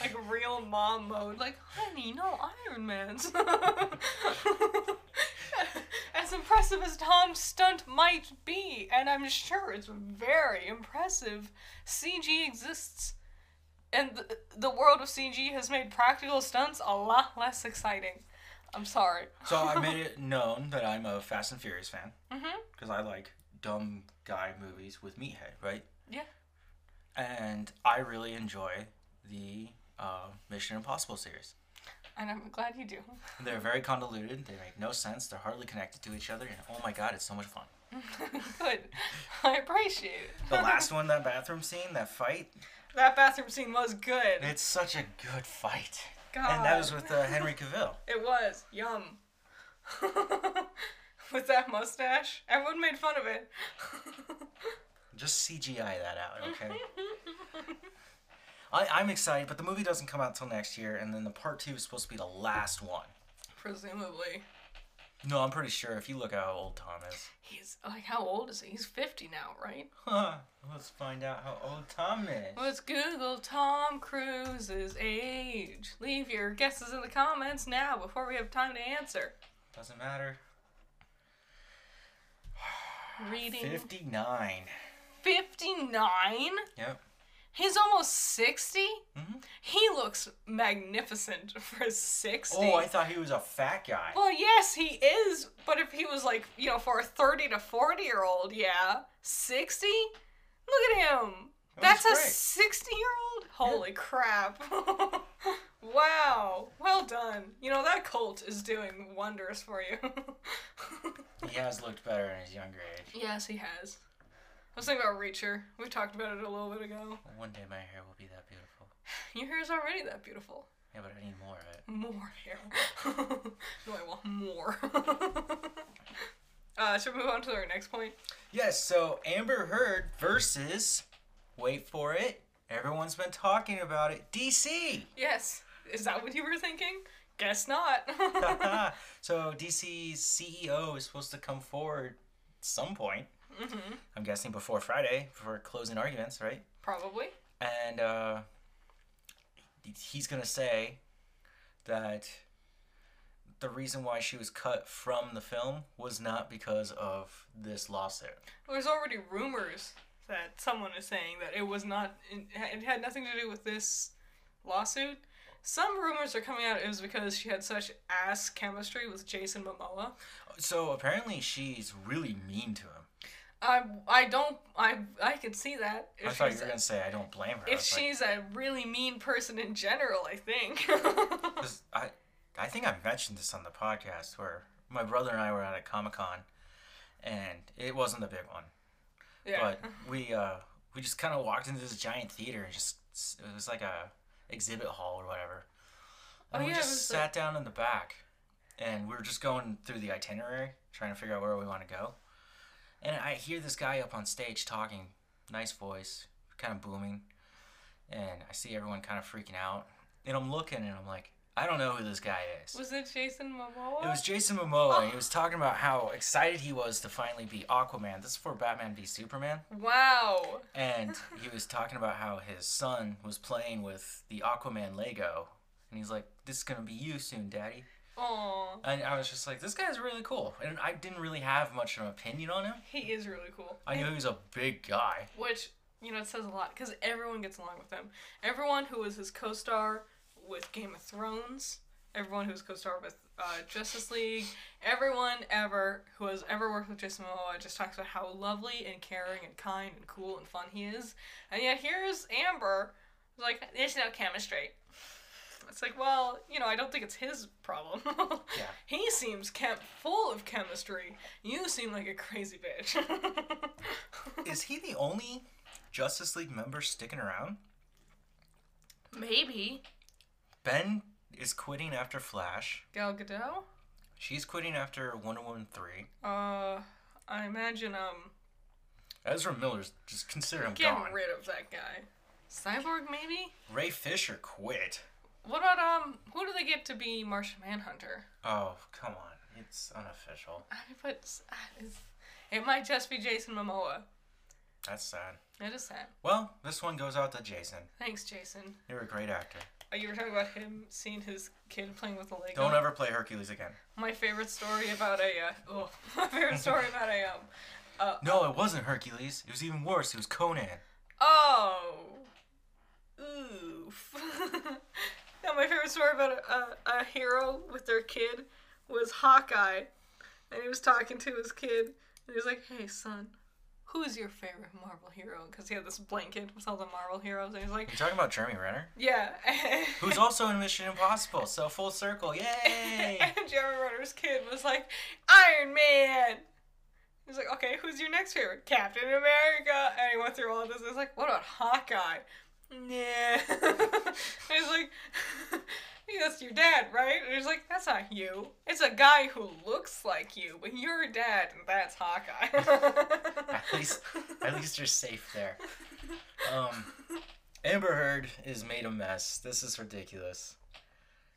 Speaker 2: like real mom mode. Like, honey, no Iron Man's. as impressive as Tom's stunt might be, and I'm sure it's very impressive, CG exists. And the, the world of CG has made practical stunts a lot less exciting. I'm sorry.
Speaker 1: So I made it known that I'm a Fast and Furious fan
Speaker 2: Mhm.
Speaker 1: because I like dumb guy movies with meathead, right?
Speaker 2: Yeah.
Speaker 1: And I really enjoy the uh, Mission Impossible series.
Speaker 2: And I'm glad you do.
Speaker 1: They're very convoluted. They make no sense. They're hardly connected to each other. And oh my god, it's so much fun.
Speaker 2: Good. I appreciate it.
Speaker 1: The last one, that bathroom scene, that fight,
Speaker 2: That bathroom scene was good.
Speaker 1: it's such a good fight.
Speaker 2: God.
Speaker 1: And that was with uh, Henry Cavill.
Speaker 2: It was. Yum. with that mustache. Everyone made fun of it.
Speaker 1: Just CGI that out, okay? I, I'm excited, but the movie doesn't come out till next year, and then the part two is supposed to be the last one.
Speaker 2: Presumably.
Speaker 1: No, I'm pretty sure if you look at how old Tom is.
Speaker 2: He's like how old is he? He's fifty now, right?
Speaker 1: Huh, let's find out how old Tom is.
Speaker 2: Let's Google Tom Cruise's age. Leave your guesses in the comments now before we have time to answer.
Speaker 1: Doesn't matter.
Speaker 2: Reading
Speaker 1: 59.
Speaker 2: fifty nine?
Speaker 1: Yep.
Speaker 2: He's almost 60
Speaker 1: Mhm.
Speaker 2: He looks magnificent for sixty.
Speaker 1: Oh, I thought he was a fat guy.
Speaker 2: Well, yes, he is. But if he was like, you know, for a 30 to 40 year old, yeah. 60? Look at him.
Speaker 1: That was
Speaker 2: That's a
Speaker 1: great.
Speaker 2: 60 year old? Holy crap. wow. Well done. You know, that cult is doing wonders for you.
Speaker 1: He has looked better in his younger age.
Speaker 2: yes, he has. I was thinking about Reacher. We talked about it a little bit ago.
Speaker 1: One day my hair will be that beautiful.
Speaker 2: Your hair is already that beautiful.
Speaker 1: Yeah, but I need more of it.
Speaker 2: More hair. no, I want more. uh, should we move on to our next point?
Speaker 1: Yes, so Amber Heard versus, wait for it, everyone's been talking about it, DC!
Speaker 2: Yes. Is that what you were thinking? Guess not.
Speaker 1: so DC's CEO E is supposed to come forward some point.
Speaker 2: Mm-hmm.
Speaker 1: I'm guessing before Friday, for closing arguments, right?
Speaker 2: Probably.
Speaker 1: and uh, he's gonna say that the reason why she was cut from the film was not because of this lawsuit.
Speaker 2: There's already rumors that someone is saying that it was not. It had nothing to do with this lawsuit. Some rumors are coming out it was because she had such ass chemistry with Jason Momoa.
Speaker 1: So apparently, she's really mean to him.
Speaker 2: I I don't I I can see that.
Speaker 1: I
Speaker 2: If
Speaker 1: thought you
Speaker 2: she's
Speaker 1: were gonna say I don't blame her. I
Speaker 2: if
Speaker 1: was like,
Speaker 2: she's a really mean person in general, I think.
Speaker 1: 'cause I, I think I mentioned this on the podcast where my brother and I were at a comic con, and it wasn't the big one.
Speaker 2: yeah.
Speaker 1: but we uh we just kind of walked into this giant theater and just it was like a exhibit hall or whatever and
Speaker 2: Oh,
Speaker 1: we
Speaker 2: yeah, it
Speaker 1: just
Speaker 2: was
Speaker 1: sat down in the back and we were just going through the itinerary trying to figure out where we want to go and i hear this guy up on stage talking nice voice kind of booming and i see everyone kind of freaking out and i'm looking and i'm like i don't know who this guy is
Speaker 2: was it Jason Momoa?
Speaker 1: it was Jason Momoa, and he was talking about how excited he was to finally be Aquaman. This is for Batman v Superman
Speaker 2: wow.
Speaker 1: and he was talking about how his son was playing with the Aquaman Lego, and he's like, "This is gonna be you soon, Daddy."
Speaker 2: Aw.
Speaker 1: And I was just like, "This guy's really cool," and I didn't really have much of an opinion on him.
Speaker 2: He is really cool.
Speaker 1: I knew he was a big guy.
Speaker 2: which you know it says a lot because everyone gets along with him. Everyone who was his co-star with Game of Thrones, everyone who was co-star with uh, Justice League, everyone ever who has ever worked with Jason Momoa just talks about how lovely and caring and kind and cool and fun he is. And yet here's Amber, who's like there's no chemistry. It's like, well, you know, I don't think it's his problem.
Speaker 1: Yeah.
Speaker 2: He seems kept full of chemistry. You seem like a crazy bitch.
Speaker 1: Is he the only Justice League member sticking around?
Speaker 2: Maybe.
Speaker 1: Ben is quitting after Flash.
Speaker 2: Gal Gadot?
Speaker 1: She's quitting after Wonder Woman 3.
Speaker 2: Uh, I imagine um
Speaker 1: Ezra Miller's just consider him
Speaker 2: get
Speaker 1: gone.
Speaker 2: rid of that guy. Cyborg maybe?
Speaker 1: Ray Fisher quit.
Speaker 2: What about um who do they get to be Martian Manhunter?
Speaker 1: Oh, come on. It's unofficial.
Speaker 2: I put s- it's- it might just be Jason Momoa.
Speaker 1: That's sad.
Speaker 2: It is sad.
Speaker 1: Well, this one goes out to Jason.
Speaker 2: Thanks, Jason.
Speaker 1: You're a great actor.
Speaker 2: Oh, you were talking about him seeing his kid playing with a Lego.
Speaker 1: Don't ever play Hercules again.
Speaker 2: My favorite story about a uh, oh, my favorite story about a um
Speaker 1: No, it wasn't Hercules. It was even worse. It was Conan.
Speaker 2: oh oof. no, my favorite story about a, a, a hero with their kid was Hawkeye, and he was talking to his kid, and he was like, "Hey, son." Who's your favorite Marvel hero? Because he had this blanket with all the Marvel heroes, and he's like,
Speaker 1: You talking about Jeremy Renner?
Speaker 2: "Yeah."
Speaker 1: Who's also in Mission Impossible. So full circle. Yay!
Speaker 2: and Jeremy Renner's kid was like, Iron Man! He's like, okay, who's your next favorite? Captain America! And he went through all of this. He's like, what about Hawkeye? Nah. and he's like, "Hey, that's your dad, right? And he's like, that's not you. It's a guy who looks like you, but you're a dad, and that's Hawkeye.
Speaker 1: At least- At least you're safe there. Um, Amber Heard is made a mess. This is ridiculous.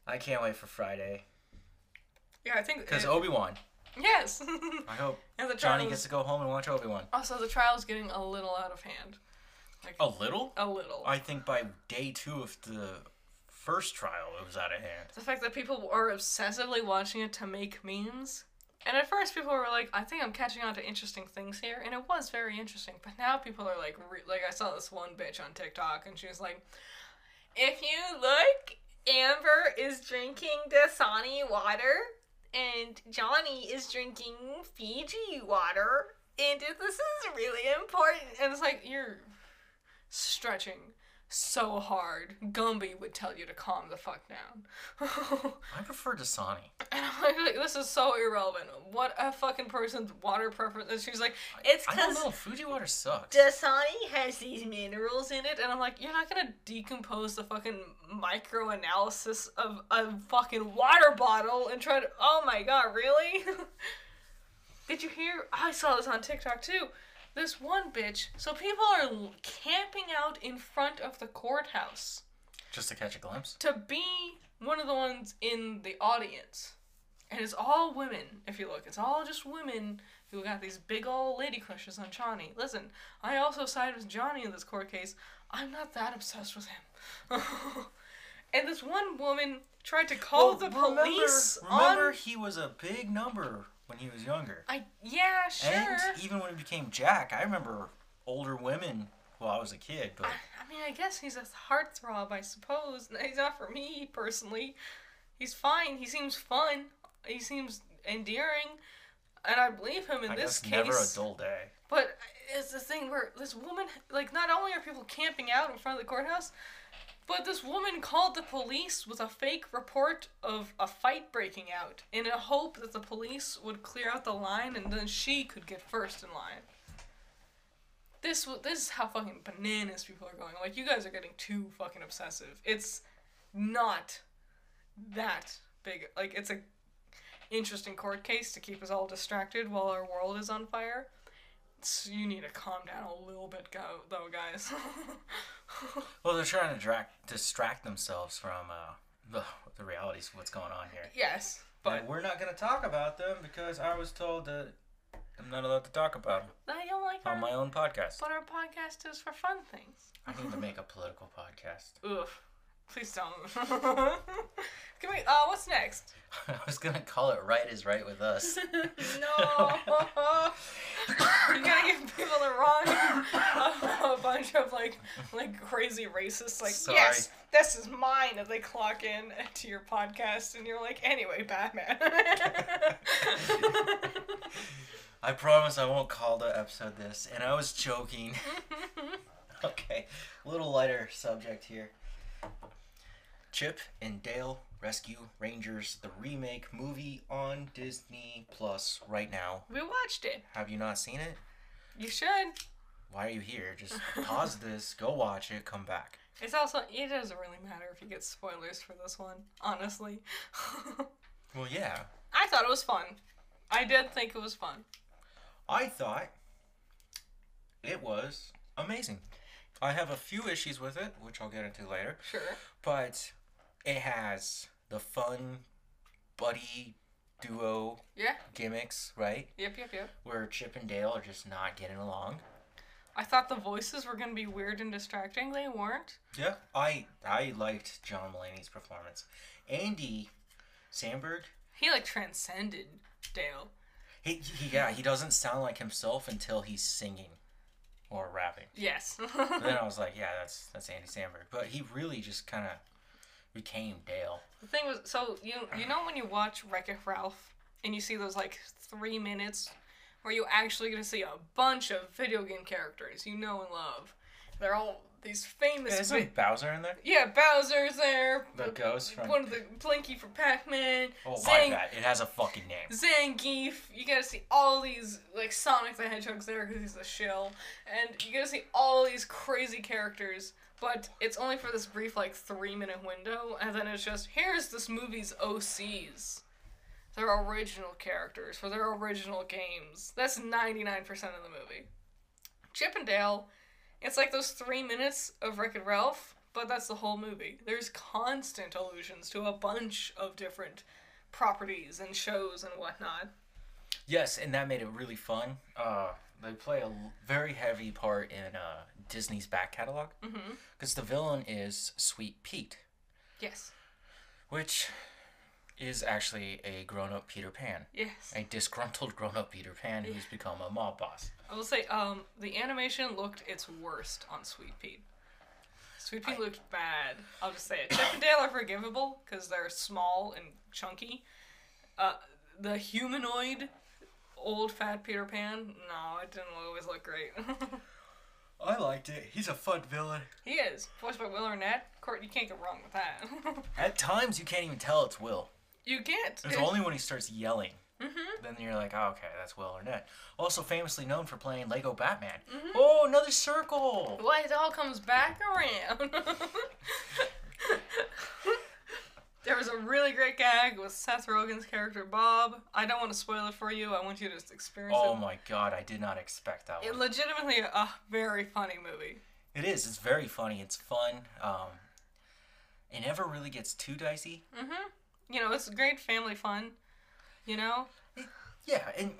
Speaker 1: I can't wait for Friday
Speaker 2: Yeah, I think.
Speaker 1: because
Speaker 2: it-
Speaker 1: Obi Wan.
Speaker 2: yes!
Speaker 1: I hope
Speaker 2: and the trial
Speaker 1: Johnny gets
Speaker 2: is-
Speaker 1: to go home and watch Obi Wan.
Speaker 2: also, the trial's getting a little out of hand. Like,
Speaker 1: A little.
Speaker 2: a little.
Speaker 1: I think by day two of the first trial, it was out of hand.
Speaker 2: the fact that people are obsessively watching it to make memes. And at first, people were like, "I think I'm catching on to interesting things here," and it was very interesting. But now people are like, re- like I saw this one bitch on TikTok, and she was like, "If you look, Amber is drinking Dasani water, and Johnny is drinking Fiji water, and this is really important." And it's like you're stretching so hard. Gumby would tell you to calm the fuck down.
Speaker 1: I prefer Dasani.
Speaker 2: And I'm like, this is so irrelevant. What a fucking person's water preference. And she's like, it's
Speaker 1: I don't
Speaker 2: because
Speaker 1: know. Fuji water sucks.
Speaker 2: Dasani has these minerals in it. And I'm like, you're not gonna decompose the fucking micro analysis of a fucking water bottle and try to. Oh my god, really? Did you hear? I saw this on TikTok too. This one bitch. So people are l- camping out in front of the courthouse
Speaker 1: Just to catch a glimpse.
Speaker 2: to be one of the ones in the audience. And it's all women, if you look. It's all just women who got these big old lady crushes on Johnny. Listen, I also sided with Johnny in this court case. I'm not that obsessed with him. and this one woman tried to call the
Speaker 1: Oh, remember,
Speaker 2: police
Speaker 1: Remember,
Speaker 2: on.
Speaker 1: he was a big number when he was younger.
Speaker 2: I yeah sure.
Speaker 1: And even when he became Jack, I remember older women. Well, I was a kid, but
Speaker 2: I, I mean, I guess he's a heartthrob, I suppose. He's not for me personally. He's fine. He seems fun. He seems endearing, and I believe him in
Speaker 1: I
Speaker 2: this
Speaker 1: guess never a
Speaker 2: case.
Speaker 1: dull day.
Speaker 2: But it's the thing where this woman, like, not only are people camping out in front of the courthouse, but this woman called the police with a fake report of a fight breaking out in a hope that the police would clear out the line and then she could get first in line. This w- this is how fucking bananas people are going. Like, you guys are getting too fucking obsessive. It's not that big. Like, it's a interesting court case to keep us all distracted while our world is on fire. So you need to calm down a little bit, go though, guys.
Speaker 1: Well, they're trying to dra- distract themselves from uh, the, the realities of what's going on here.
Speaker 2: yes,
Speaker 1: But
Speaker 2: but
Speaker 1: we're not going to talk about them because I was told that I'm not allowed to talk about them
Speaker 2: I don't like our,
Speaker 1: on my own podcast.
Speaker 2: but our podcast is for fun things.
Speaker 1: I need to make a political podcast.
Speaker 2: Oof. Please don't. Can we? Uh, what's next?
Speaker 1: I was going to call it Right is Right with Us.
Speaker 2: no. you gotta give people the wrong a bunch of like like crazy racists like
Speaker 1: Sorry.
Speaker 2: yes this is mine and they clock in to your podcast and you're like anyway Batman.
Speaker 1: I promise I won't call the episode this, and I was joking. okay, a little lighter subject here. Chip and Dale Rescue Rangers, the remake movie on Disney Plus right now.
Speaker 2: we watched it.
Speaker 1: Have you not seen it?
Speaker 2: You should.
Speaker 1: Why are you here? Just pause this, go watch it, come back.
Speaker 2: It's also it doesn't really matter if you get spoilers for this one, honestly.
Speaker 1: Well, yeah.
Speaker 2: I thought it was fun. I did think it was fun.
Speaker 1: I thought it was amazing. I have a few issues with it, which I'll get into later,
Speaker 2: Sure.
Speaker 1: but it has the fun buddy duo
Speaker 2: Yeah.
Speaker 1: gimmicks, right?
Speaker 2: Yep, yep, yep.
Speaker 1: Where Chip and Dale are just not getting along.
Speaker 2: I thought the voices were going to be weird and distracting. They weren't.
Speaker 1: Yeah. I I liked John Mulaney's performance. Andy Sandberg,
Speaker 2: He, like, transcended Dale.
Speaker 1: he, he yeah, he doesn't sound like himself until he's singing or rapping.
Speaker 2: Yes.
Speaker 1: But then I was like, yeah, that's that's Andy Samberg. But he really just kind of became Dale.
Speaker 2: The thing was, so you you know when you watch Wreck It Ralph and you see those like three minutes where you actually get to see a bunch of video game characters you know and love. They're all these famous.
Speaker 1: Is there Bowser in there?
Speaker 2: yeah, Bowser's there.
Speaker 1: The
Speaker 2: but-
Speaker 1: ghost from.
Speaker 2: One of the Blinky from Pac Man.
Speaker 1: Oh my
Speaker 2: Zang-
Speaker 1: god, it has a fucking name.
Speaker 2: Zangief. You gotta see all these like Sonic the Hedgehog's there because he's a shell, and you gotta see all these crazy characters. But it's only for this brief like three minute window, and then it's just here's this movie's OCs. Their original characters for their original games. That's 99% of the movie. Chip and Dale, it's like those three minutes of Wreck It Ralph, but that's the whole movie. There's constant allusions to a bunch of different properties and shows and whatnot.
Speaker 1: Yes, and that made it really fun. Uh, they play a l- very heavy part in uh, Disney's back catalog
Speaker 2: Mhm.
Speaker 1: because the villain is Sweet Pete,
Speaker 2: Yes.
Speaker 1: which is actually a grown-up Peter Pan,
Speaker 2: Yes.
Speaker 1: a disgruntled grown-up Peter Pan who's become a mob boss.
Speaker 2: I will say, um, the animation looked its worst on Sweet Pete. Sweet Pete looked bad. I'll just say it. Chip and Dale are forgivable because they're small and chunky. Uh, the humanoid, old fat Peter Pan. No, it didn't always look great.
Speaker 1: I liked it. He's a fun villain.
Speaker 2: he is voiced by Will Arnett. Court, you can't go wrong with that.
Speaker 1: At times, you can't even tell it's Will.
Speaker 2: you can't.
Speaker 1: It's only when he starts yelling. Then you're like, oh, okay, that's Will Arnett. Also famously known for playing Lego Batman. Oh, another circle!
Speaker 2: Well, it all comes back around. there was a really great gag with Seth Rogen's character Bob. I don't want to spoil it for you. I want you to just experience
Speaker 1: Oh
Speaker 2: it.
Speaker 1: my god, I did not expect that
Speaker 2: It
Speaker 1: one.
Speaker 2: legitimately a very funny movie.
Speaker 1: It is, it's very funny, it's fun. Um, it never really gets too dicey.
Speaker 2: You know, it's great family fun. You know,
Speaker 1: Yeah, and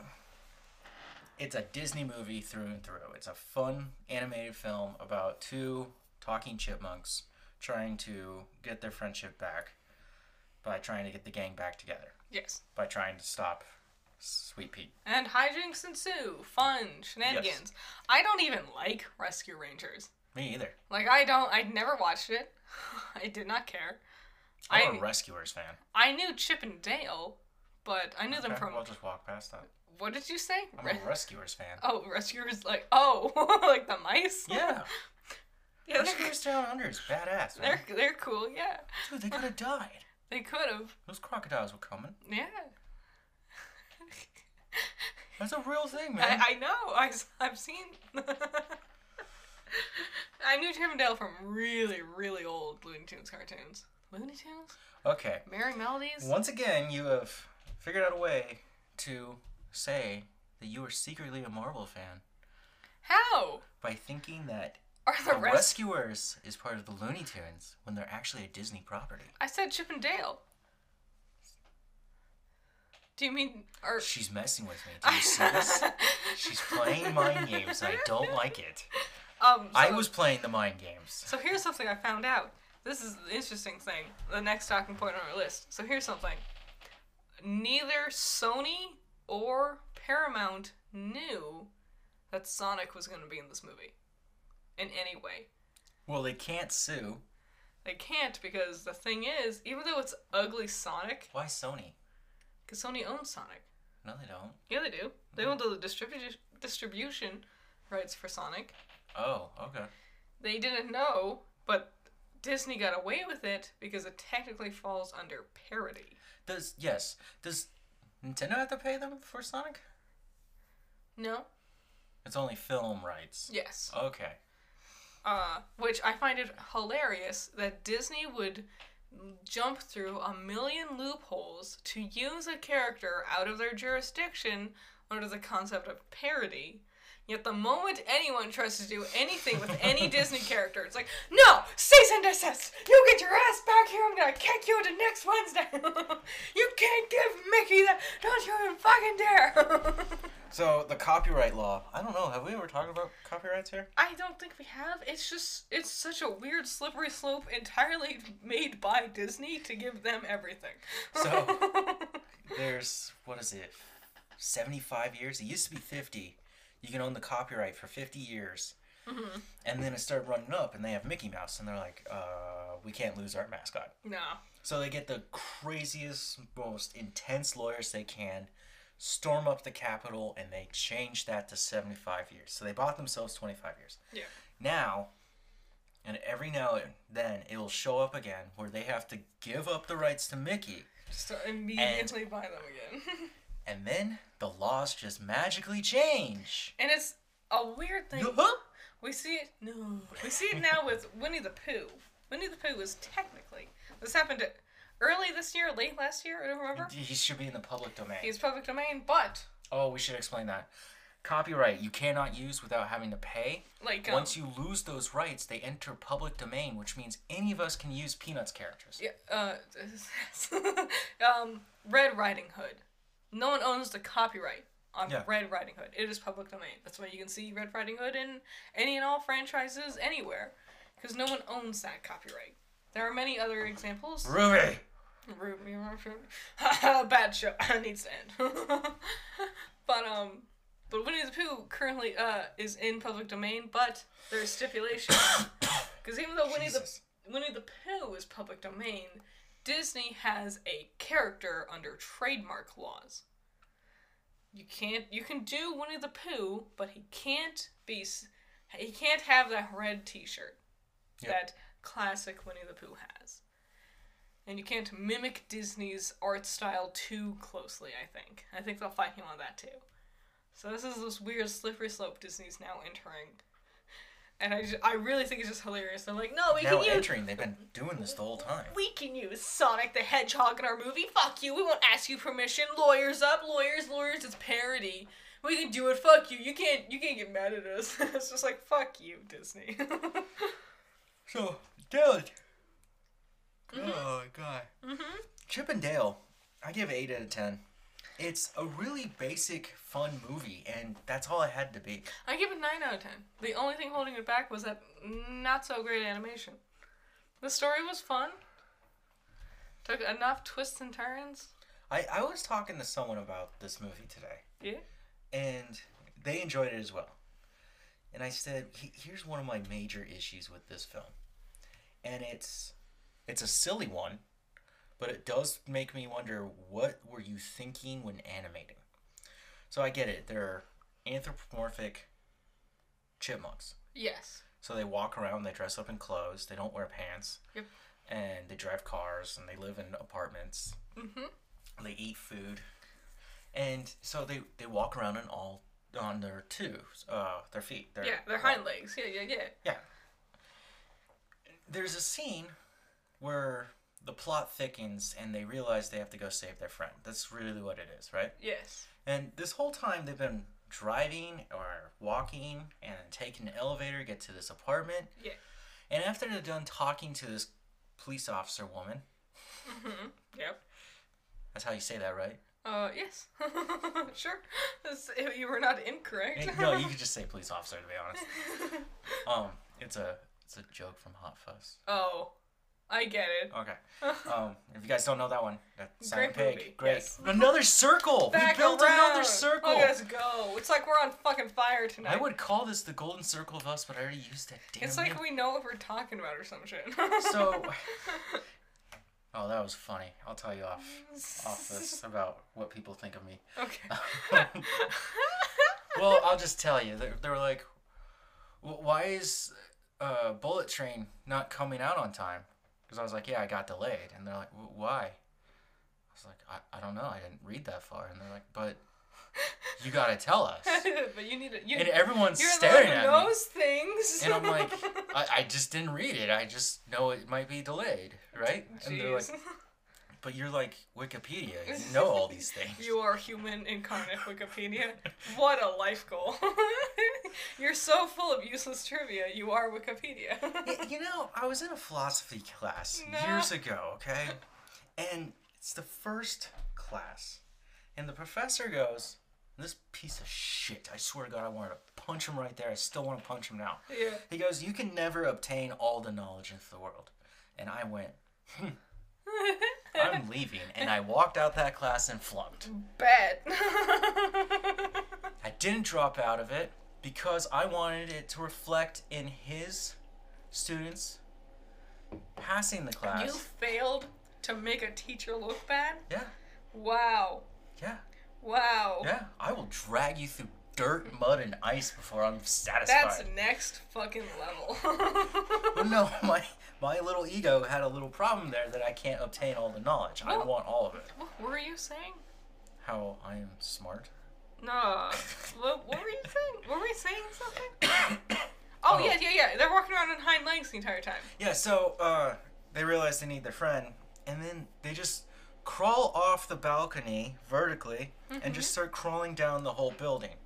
Speaker 1: it's a Disney movie through and through. It's a fun animated film about two talking chipmunks trying to get their friendship back by trying to get the gang back together.
Speaker 2: yes.
Speaker 1: by trying to stop Sweet Pete.
Speaker 2: And hijinks ensue. Fun shenanigans. I don't even like Rescue Rangers.
Speaker 1: Me either.
Speaker 2: Like I don't. I never watched it. I did not care.
Speaker 1: I'm a
Speaker 2: I-
Speaker 1: Rescuers fan.
Speaker 2: I knew Chip and Dale, but I knew them
Speaker 1: Okay,
Speaker 2: from
Speaker 1: I'll just walk past that.
Speaker 2: What did you say?
Speaker 1: I'm
Speaker 2: Re-
Speaker 1: a Rescuers fan.
Speaker 2: oh, rescuers like oh, like the mice.
Speaker 1: Yeah,
Speaker 2: yeah, they're,
Speaker 1: Rescuers Down Under is badass. Man.
Speaker 2: they're they're cool. Yeah,
Speaker 1: Dude, they could have died.
Speaker 2: they could have.
Speaker 1: Those crocodiles were coming.
Speaker 2: Yeah,
Speaker 1: That's a real thing, man.
Speaker 2: I, I know. I have seen. I knew Chip and Dale from really really old Looney Tunes cartoons. Looney Tunes,
Speaker 1: okay.
Speaker 2: Merry Melodies.
Speaker 1: Once again, you have figured out a way to say that you are secretly a Marvel fan
Speaker 2: How
Speaker 1: by thinking that
Speaker 2: are
Speaker 1: the
Speaker 2: the rest?
Speaker 1: Rescuers is part of the Looney Tunes when they're actually a Disney property.
Speaker 2: I said Chip and Dale. Do you mean are?
Speaker 1: She's messing with me. Do you see this? She's playing mind games, and I don't like it.
Speaker 2: Um,
Speaker 1: I
Speaker 2: so-
Speaker 1: was playing the mind games.
Speaker 2: So here's something I found out. This is the interesting thing. The next talking point on our list. So here's something. Neither Sony or Paramount knew that Sonic was going to be in this movie in any way.
Speaker 1: Well, they can't sue.
Speaker 2: They can't because the thing is, even though it's ugly Sonic,
Speaker 1: Why Sony?
Speaker 2: because Sony owns Sonic.
Speaker 1: No, they don't.
Speaker 2: Yeah, they do. They
Speaker 1: Mm-hmm.
Speaker 2: own the distribu- distribution rights for Sonic.
Speaker 1: Oh, okay.
Speaker 2: They didn't know, but Disney got away with it because it technically falls under parody.
Speaker 1: Does yes? Does Nintendo have to pay them for Sonic?
Speaker 2: No.
Speaker 1: It's only film rights.
Speaker 2: Yes.
Speaker 1: Okay.
Speaker 2: Uh, which I find it hilarious that Disney would jump through a million loopholes to use a character out of their jurisdiction under the concept of parody. Yet the moment anyone tries to do anything with any Disney character, it's like, no, cease and desist. You get your ass back here. I'm gonna kick you to next Wednesday. you can't give Mickey that. Don't you even fucking dare.
Speaker 1: So the copyright law. I don't know. Have we ever talked about copyrights here?
Speaker 2: I don't think we have. It's just it's such a weird slippery slope entirely made by Disney to give them everything.
Speaker 1: So- There's what is it? Seventy-five years. It used to be fifty. You can own the copyright for fifty years,
Speaker 2: Mhm.
Speaker 1: and then it started running up, and they have Mickey Mouse, and they're like, uh, we can't lose our mascot.
Speaker 2: no.
Speaker 1: So they get the craziest, most intense lawyers they can, storm up the Capitol, and they change that to 75 years. So they bought themselves 25 years.
Speaker 2: Yeah.
Speaker 1: Now, and every now and then, it'll show up again where they have to give up the rights to Mickey,
Speaker 2: Just to immediately buy them again.
Speaker 1: and then the laws just magically change.
Speaker 2: and it's a weird thing.
Speaker 1: Huh?
Speaker 2: We see it. No. We see it now with Winnie the Pooh. Winnie the Pooh is technically. This happened early this year, late last year. I don't remember.
Speaker 1: He should be in the public domain.
Speaker 2: He's public domain, but
Speaker 1: Oh, we should explain that. Copyright you cannot use without having to pay.
Speaker 2: like um,
Speaker 1: Once you lose those rights, they enter public domain, which means any of us can use Peanuts characters.
Speaker 2: Yeah, uh, um, Red Riding Hood. No one owns the copyright on
Speaker 1: Yeah.
Speaker 2: Red Riding Hood. It is public domain. That's why you can see Red Riding Hood in any and all franchises anywhere, because no one owns that copyright. There are many other examples.
Speaker 1: Ruby!
Speaker 2: Root me around for- Bad show. needs to end. but um, but Winnie the Pooh currently uh is in public domain, but there's stipulations. Because even though Winnie the
Speaker 1: Jesus.
Speaker 2: Winnie the Pooh is public domain, Disney has a character under trademark laws. You can't. You can do Winnie the Pooh, but he can't be. s- He can't have that red T-shirt
Speaker 1: Yep.
Speaker 2: that classic Winnie the Pooh has. And you can't mimic Disney's art style too closely. I think. I think they'll fight him on that too. So this is this weird slippery slope Disney's now entering. And I, ju- I really think it's just hilarious. They're like, no, we
Speaker 1: Now
Speaker 2: can use
Speaker 1: entering, they've been doing this the whole time.
Speaker 2: we can use Sonic the Hedgehog in our movie. Fuck you. We won't ask you permission. Lawyers up, lawyers, lawyers. It's parody. We can do it. Fuck you. You can't. You can't get mad at us. it's just like fuck you, Disney.
Speaker 1: So, Dale.
Speaker 2: Mm-hmm.
Speaker 1: Oh, God. Chip and Dale, I give 8 out of 10. It's a really basic, fun movie, and that's all it had to be.
Speaker 2: I give it nine out of ten. The only thing holding it back was that not so great animation. The story was fun. Took enough twists and turns.
Speaker 1: I, I was talking to someone about this movie today,
Speaker 2: Yeah.
Speaker 1: and they enjoyed it as well. And I said, "He- here's one of my major issues with this film. And it's it's a silly one, but it does make me wonder what were you thinking when animating? So I get it. They're anthropomorphic chipmunks.
Speaker 2: Yes.
Speaker 1: So they walk around, they dress up in clothes, they don't wear pants,
Speaker 2: Yep.
Speaker 1: and they drive cars, and they live in apartments. Mm-hmm. They eat food, and so they they walk around on all on their twos, uh, their feet. Their,
Speaker 2: Yeah. Their hind legs. Yeah. Yeah. Yeah.
Speaker 1: Yeah. There's a scene where the plot thickens, and they realize they have to go save their friend. That's really what it is, right?
Speaker 2: Yes.
Speaker 1: And this whole time they've been driving or walking and taking an elevator to get to this apartment.
Speaker 2: Yeah.
Speaker 1: And after they're done talking to this police officer woman,
Speaker 2: Mm-hmm. Yep.
Speaker 1: that's how you say that, right?
Speaker 2: Uh, yes. sure. That's- you were not incorrect.
Speaker 1: Eh, no, you could just say police officer to be honest. Um, it's a it's a joke from Hot Fuzz.
Speaker 2: oh, I get it.
Speaker 1: Okay. Um, if you guys don't know that one, that's Simon
Speaker 2: Great
Speaker 1: Pegg.
Speaker 2: movie,
Speaker 1: Great.
Speaker 2: yes.
Speaker 1: Another circle.
Speaker 2: Back
Speaker 1: we built
Speaker 2: around.
Speaker 1: another circle.
Speaker 2: Look at us go. It's like we're on fucking fire
Speaker 1: I
Speaker 2: tonight.
Speaker 1: would call this the golden circle of us, but I already used that damn.
Speaker 2: It's like
Speaker 1: name.
Speaker 2: we know what we're talking about or some shit.
Speaker 1: so. Oh, that was funny. I'll tell you off off this about what people think of me.
Speaker 2: okay.
Speaker 1: Well, I'll just tell you. They, they were like, "W- why is uh, Bullet Train not coming out on time? Because I was like, yeah, I got delayed. And they're like, "W- why? I was like, I, I don't know. I didn't read that far. And they're like, but You gotta tell us.
Speaker 2: but you need to. You,
Speaker 1: And everyone's
Speaker 2: you're
Speaker 1: staring
Speaker 2: the one who
Speaker 1: at me.
Speaker 2: knows things.
Speaker 1: And I'm like, I, I just didn't read it. I just know it might be delayed, right? And they're like,
Speaker 2: Jeez.
Speaker 1: but you're like Wikipedia. You know all these things.
Speaker 2: You are human incarnate Wikipedia. What a life goal. You're so full of useless trivia. You are Wikipedia.
Speaker 1: Y- you know, I was in a philosophy class
Speaker 2: No.
Speaker 1: years ago, okay? And it's the first class. And the professor goes, This piece of shit, I swear to God, I wanted to punch him right there. I still want to punch him now.
Speaker 2: yeah.
Speaker 1: He goes, You can never obtain all the knowledge of the world. And I went, I'm leaving. And I walked out that class and flunked.
Speaker 2: Bet.
Speaker 1: I didn't drop out of it because I wanted it to reflect in his students passing the class.
Speaker 2: you failed to make a teacher look bad?
Speaker 1: Yeah,
Speaker 2: Wow.
Speaker 1: yeah,
Speaker 2: Wow.
Speaker 1: yeah. I will drag you through dirt, mud, and ice before I'm satisfied.
Speaker 2: That's next fucking level.
Speaker 1: But no, my my little ego had a little problem there that I can't obtain all the knowledge. I
Speaker 2: Well-
Speaker 1: want all of it.
Speaker 2: what were you saying?
Speaker 1: How I am smart.
Speaker 2: No. What, what were you saying? Were we saying something? Oh, yeah, yeah, yeah. They're walking around on hind legs the entire time.
Speaker 1: Yeah, so uh, they realize they need their friend, and then they just crawl off the balcony vertically and
Speaker 2: Mm-hmm.
Speaker 1: just start crawling down the whole building.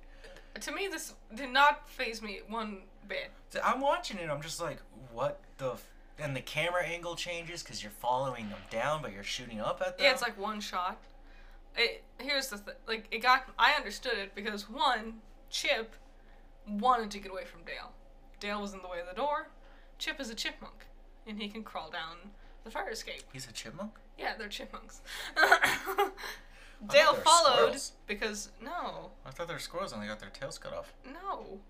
Speaker 2: To me, this did not phase me one bit.
Speaker 1: So I'm watching it. I'm just like, what the? F-? And the camera angle changes because you're following them down, but you're shooting up at them.
Speaker 2: Yeah, it's like one shot. It here's the thing. Like it got. I understood it because one Chip wanted to get away from Dale. Dale was in the way of the door. Chip is a chipmunk, and he can crawl down the fire escape.
Speaker 1: he's a chipmunk.
Speaker 2: Yeah, they're chipmunks.
Speaker 1: they
Speaker 2: Dale
Speaker 1: were
Speaker 2: followed
Speaker 1: squirrels.
Speaker 2: because no,
Speaker 1: I thought they were squirrels and they got their tails cut off.
Speaker 2: no,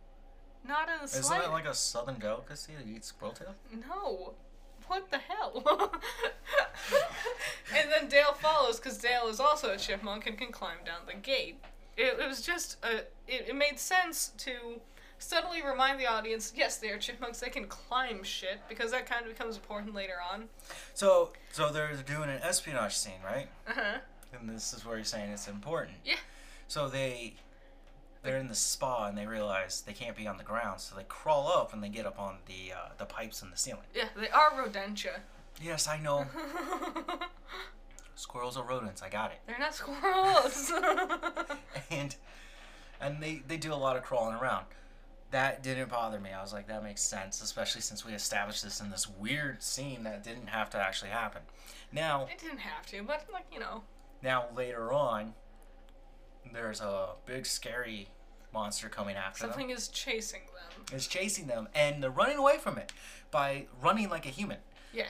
Speaker 2: not in the
Speaker 1: Isn't
Speaker 2: slightest.
Speaker 1: that like a southern delicacy to eat squirrel tail?
Speaker 2: Mm-hmm. No. What the hell? and then Dale follows because Dale is also a chipmunk and can climb down the gate. It, it was just a. It, it made sense to suddenly remind the audience yes, they are chipmunks, they can climb shit because that kind of becomes important later on.
Speaker 1: So, so they're doing an espionage scene, right?
Speaker 2: Uh huh.
Speaker 1: And this is where you're saying it's important.
Speaker 2: Yeah.
Speaker 1: So they they're in the spa and they realize they can't be on the ground, so they crawl up and they get up on the uh, the pipes in the ceiling.
Speaker 2: Yeah, they are rodentia.
Speaker 1: Yes, I know. Squirrels are rodents. I got it.
Speaker 2: They're not squirrels.
Speaker 1: And and they they do a lot of crawling around. That didn't bother me. I was like, that makes sense, especially since we established this in this weird scene that didn't have to actually happen. Now,
Speaker 2: it didn't have to, but, like, you know.
Speaker 1: now later on, there's a big scary monster coming after them.
Speaker 2: Something is chasing them.
Speaker 1: is chasing them and they're running away from it by running like a human.
Speaker 2: Yeah.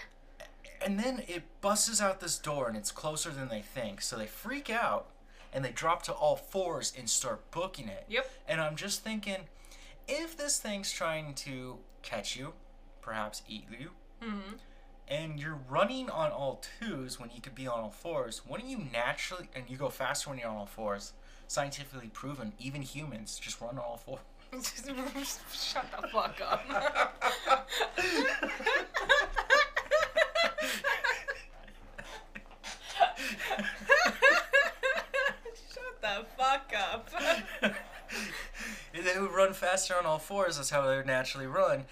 Speaker 1: And then it busts out this door and it's closer than they think. So they freak out and they drop to all fours and start booking it.
Speaker 2: Yep.
Speaker 1: And I'm just thinking if this thing's trying to catch you, perhaps eat you,
Speaker 2: hmm
Speaker 1: and you're running on all twos when you could be on all fours, wouldn't you naturally, and you go faster when you're on all fours? Scientifically proven, even humans just run on all fours.
Speaker 2: Shut the fuck up. Shut the fuck up.
Speaker 1: they would run faster on all fours. That's how they would naturally run.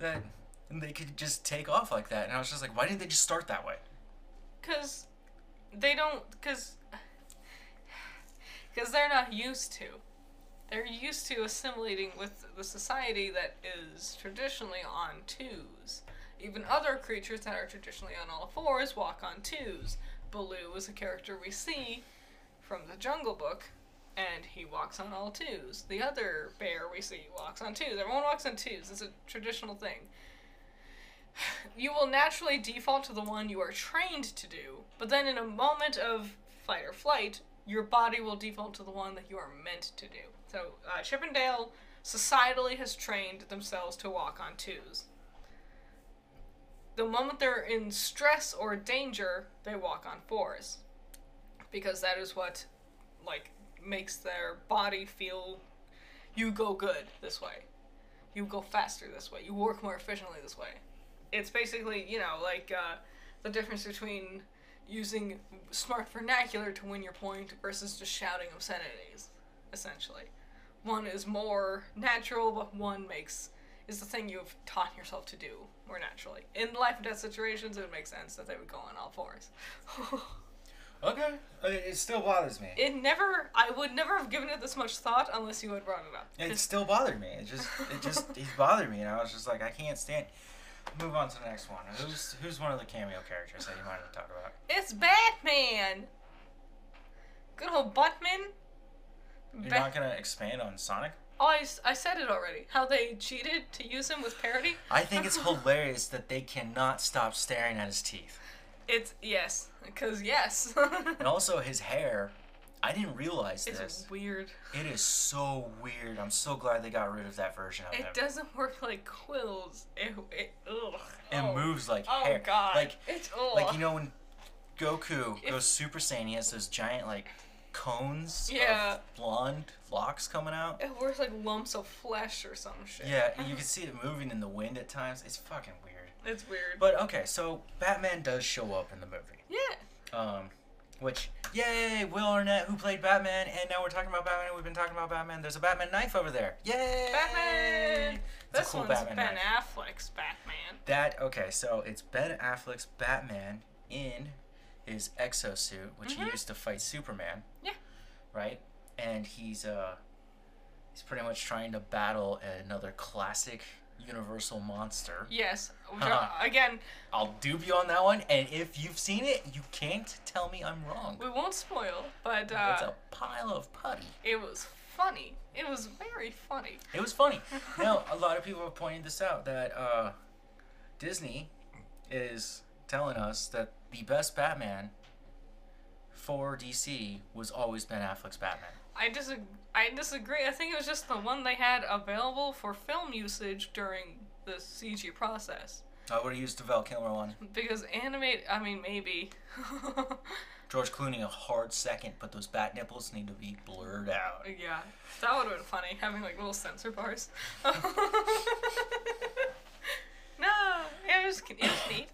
Speaker 1: That and they could just take off like that. And I was just like, why didn't they just start that way?
Speaker 2: Cause they don't. Cause. Cause they're not used to. They're used to assimilating with the society that is traditionally on twos. Even other creatures that are traditionally on all fours walk on twos. Baloo is a character we see from the Jungle Book, and he walks on all twos. The other bear we see walks on twos. Everyone walks on twos. It's a traditional thing. You will naturally default to the one you are trained to do, but then in a moment of fight or flight, your body will default to the one that you are meant to do. So, uh, Chip and Dale societally has trained themselves to walk on twos. The moment they're in stress or danger, they walk on fours, because that is what, like, makes their body feel you go good this way, you go faster this way, you work more efficiently this way it's basically you know like uh, the difference between using smart vernacular to win your point versus just shouting obscenities essentially. One is more natural, but one makes is the thing you've taught yourself to do more naturally. In life and death situations, it would make sense that they would go on all fours.
Speaker 1: Okay. Okay, It still bothers me.
Speaker 2: it never, I would never have given it this much thought unless you had brought it up.
Speaker 1: It still bothered me. It just, it just, he bothered me, and I was just like, I can't stand. Move on to the next one. Who's who's one of the cameo characters that you wanted to talk about?
Speaker 2: It's Batman. Good old Buttman.
Speaker 1: You're
Speaker 2: Ba-
Speaker 1: not gonna expand on Sonic.
Speaker 2: oh, I, s- I said it already. How they cheated to use him with parody.
Speaker 1: I think it's hilarious that they cannot stop staring at his teeth,
Speaker 2: It's yes, because yes.
Speaker 1: and also his hair. I didn't realize
Speaker 2: it's
Speaker 1: this.
Speaker 2: weird.
Speaker 1: It is so weird. I'm so glad they got rid of that version of
Speaker 2: It
Speaker 1: him.
Speaker 2: doesn't work like quills. It, it, ugh.
Speaker 1: It
Speaker 2: oh.
Speaker 1: moves like
Speaker 2: Oh
Speaker 1: hair.
Speaker 2: god.
Speaker 1: Like
Speaker 2: it's ugh.
Speaker 1: like you know when Goku
Speaker 2: If-
Speaker 1: goes Super Saiyan, he has those giant like cones
Speaker 2: Yeah.
Speaker 1: of blonde locks coming out.
Speaker 2: It works like lumps of flesh or some shit.
Speaker 1: Yeah, and you can see it moving in the wind at times. It's fucking weird.
Speaker 2: It's weird.
Speaker 1: But okay, so Batman does show up in the movie.
Speaker 2: yeah.
Speaker 1: Um, which yay, Will Arnett who played Batman, and now we're talking about Batman. We've been talking about Batman. There's a Batman knife over there. Yay!
Speaker 2: Batman.
Speaker 1: It's a
Speaker 2: This
Speaker 1: cool
Speaker 2: one's
Speaker 1: Batman
Speaker 2: Ben
Speaker 1: knife.
Speaker 2: Affleck's Batman.
Speaker 1: That okay, so it's Ben Affleck's Batman in his exosuit, which he
Speaker 2: Mhm.
Speaker 1: used to fight Superman.
Speaker 2: Yeah.
Speaker 1: Right? And he's uh he's pretty much trying to battle another classic universal monster.
Speaker 2: Yes. Which
Speaker 1: Huh.
Speaker 2: are, again,
Speaker 1: I'll dupe you on that one, and if you've seen it, you can't tell me I'm wrong.
Speaker 2: we won't spoil, but
Speaker 1: it's
Speaker 2: uh,
Speaker 1: a pile of putty.
Speaker 2: it was funny. It was very funny.
Speaker 1: It was funny. now, a lot of people have pointed this out that uh, Disney is telling us that the best Batman for DC was always Ben Affleck's Batman.
Speaker 2: I disag I disagree. I think it was just the one they had available for film usage during the CG process.
Speaker 1: I would have used the Val Kilmer one.
Speaker 2: Because animate, I mean, maybe.
Speaker 1: George Clooney a hard second, but those bat nipples need to be blurred out.
Speaker 2: yeah, that would have been funny having like little sensor bars. no, it was it was neat.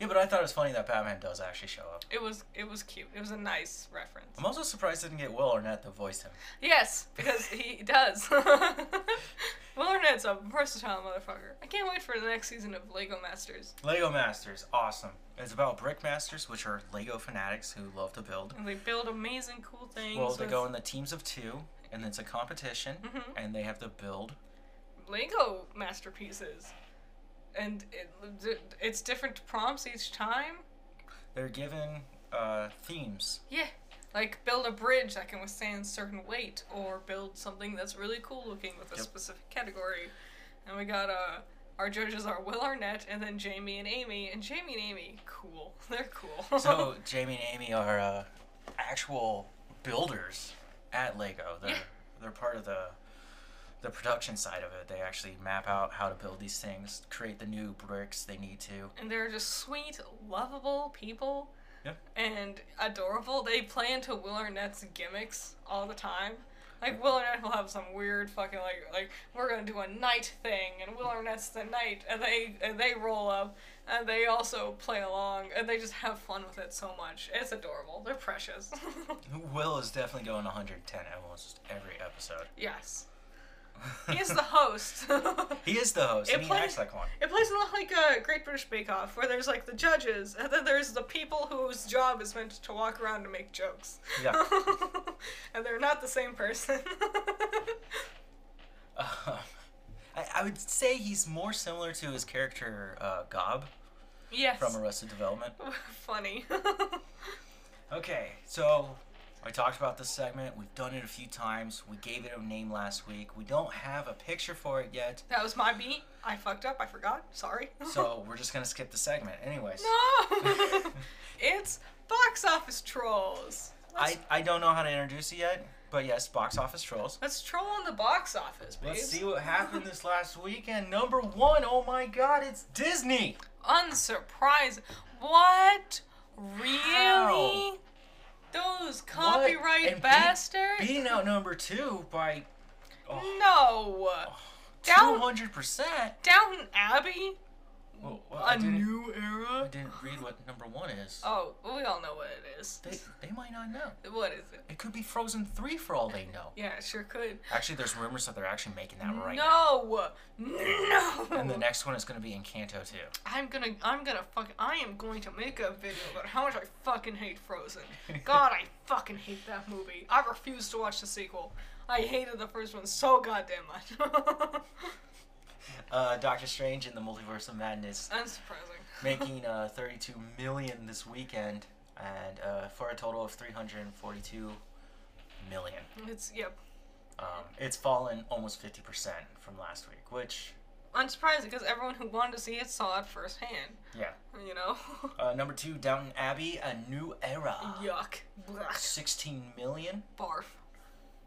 Speaker 1: Yeah, but I thought it was funny that Batman does actually show up.
Speaker 2: It was it was cute. It was a nice reference.
Speaker 1: I'm also surprised they didn't get Will Arnett to voice him.
Speaker 2: Yes, because he does. Will Arnett's a versatile motherfucker. I can't wait for the next season of Lego Masters.
Speaker 1: Lego Masters, awesome. It's about brick masters, which are Lego fanatics who love to build.
Speaker 2: And they build amazing, cool things.
Speaker 1: Well, they
Speaker 2: with
Speaker 1: go in the teams of two, and it's a competition,
Speaker 2: Mhm.
Speaker 1: and they have to build.
Speaker 2: Lego masterpieces, and it, it's different prompts each time.
Speaker 1: They're given uh, themes.
Speaker 2: Yeah, like build a bridge that can withstand certain weight, or build something that's really cool looking with a
Speaker 1: Yep.
Speaker 2: specific category. And we got uh, our judges are Will Arnett, and then Jamie and Amy. And Jamie and Amy, cool. They're cool.
Speaker 1: So Jamie and Amy are uh, actual builders at Lego. They're
Speaker 2: Yeah.
Speaker 1: they're part of the the production side of it. They actually map out how to build these things, create the new bricks they need to.
Speaker 2: and they're just sweet, lovable people.
Speaker 1: Yeah.
Speaker 2: And adorable. They play into Will Arnett's gimmicks all the time. Like Will Arnett will have some weird fucking like like we're gonna do a night thing, and Will Arnett's the knight, and they and they roll up, and they also play along, and they just have fun with it so much. It's adorable. They're precious.
Speaker 1: Will is definitely going 110 almost every episode.
Speaker 2: yes. He's the host.
Speaker 1: he is the host.
Speaker 2: It
Speaker 1: and he
Speaker 2: plays-
Speaker 1: acts like one.
Speaker 2: It plays a lot like a Great British Bake Off, where there's like the judges, and then there's the people whose job is meant to walk around and make jokes.
Speaker 1: Yeah.
Speaker 2: and they're not the same person.
Speaker 1: Um, I, I would say he's more similar to his character uh, Gob
Speaker 2: yes.
Speaker 1: from Arrested Development.
Speaker 2: Funny.
Speaker 1: Okay, so I talked about this segment. We've done it a few times. We gave it a name last week. We don't have a picture for it yet,
Speaker 2: that was my beat. I fucked up. I forgot. Sorry.
Speaker 1: so we're just gonna skip the segment. Anyways,
Speaker 2: no. it's box office trolls. Let's,
Speaker 1: I, I don't know how to introduce it yet, but yes, box office trolls.
Speaker 2: let's troll on the box office, babes.
Speaker 1: Let's see what happened this last weekend. Number one, oh my god, it's Disney.
Speaker 2: Unsurprising. What? Really?
Speaker 1: How?
Speaker 2: Those
Speaker 1: And
Speaker 2: copyright
Speaker 1: beat-
Speaker 2: bastards?
Speaker 1: Beating out number two by
Speaker 2: no.
Speaker 1: two
Speaker 2: Down-
Speaker 1: hundred percent.
Speaker 2: Downton Abbey
Speaker 1: Well, well, I
Speaker 2: A
Speaker 1: didn't-
Speaker 2: new
Speaker 1: I
Speaker 2: era?
Speaker 1: didn't read what number one is.
Speaker 2: Oh, well, we all know what it is.
Speaker 1: They, they might not know.
Speaker 2: What is it?
Speaker 1: It could be Frozen 3 for all they know.
Speaker 2: Yeah, it sure could.
Speaker 1: Actually, there's rumors that they're actually making that right now.
Speaker 2: no! No!
Speaker 1: And the next one is going to be Encanto 2.
Speaker 2: I'm gonna, I'm gonna fuck, I am going to make a video about how much I fucking hate Frozen. God, I fucking hate that movie. I refuse to watch the sequel. I hated the first one so goddamn much.
Speaker 1: Uh, Doctor Strange in the Multiverse of Madness
Speaker 2: Unsurprising.
Speaker 1: making uh, 32 million this weekend and uh, for a total of 342 million.
Speaker 2: It's, yep.
Speaker 1: Um, it's fallen almost 50% from last week, which,
Speaker 2: Unsurprising because everyone who wanted to see it saw it firsthand.
Speaker 1: yeah.
Speaker 2: You know?
Speaker 1: Uh, number two, Downton Abbey, A New Era.
Speaker 2: Yuck. Blech.
Speaker 1: 16 million.
Speaker 2: Barf.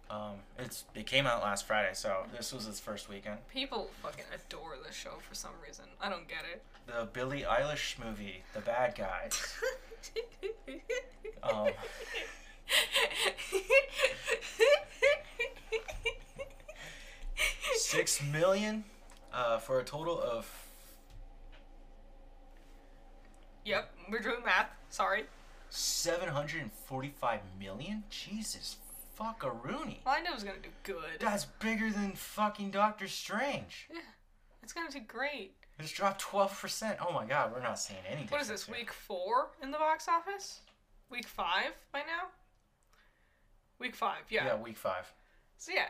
Speaker 1: Um, it's it came out last Friday, so this was its first weekend.
Speaker 2: People fucking adore this show for some reason. I don't get
Speaker 1: The Billie Eilish movie, The Bad Guys.
Speaker 2: it.
Speaker 1: Um, six million, uh, for a total of
Speaker 2: yep, we're doing math. Sorry.
Speaker 1: 745 million. Jesus, fuckaroony.
Speaker 2: Well, I knew it was gonna do good.
Speaker 1: That's bigger than fucking Doctor Strange.
Speaker 2: It's gonna do great.
Speaker 1: It's dropped 12%. Oh my god, we're not seeing anything.
Speaker 2: What is this, week four in the box office? Week five by now? Week five, yeah.
Speaker 1: Yeah, week five.
Speaker 2: So yeah.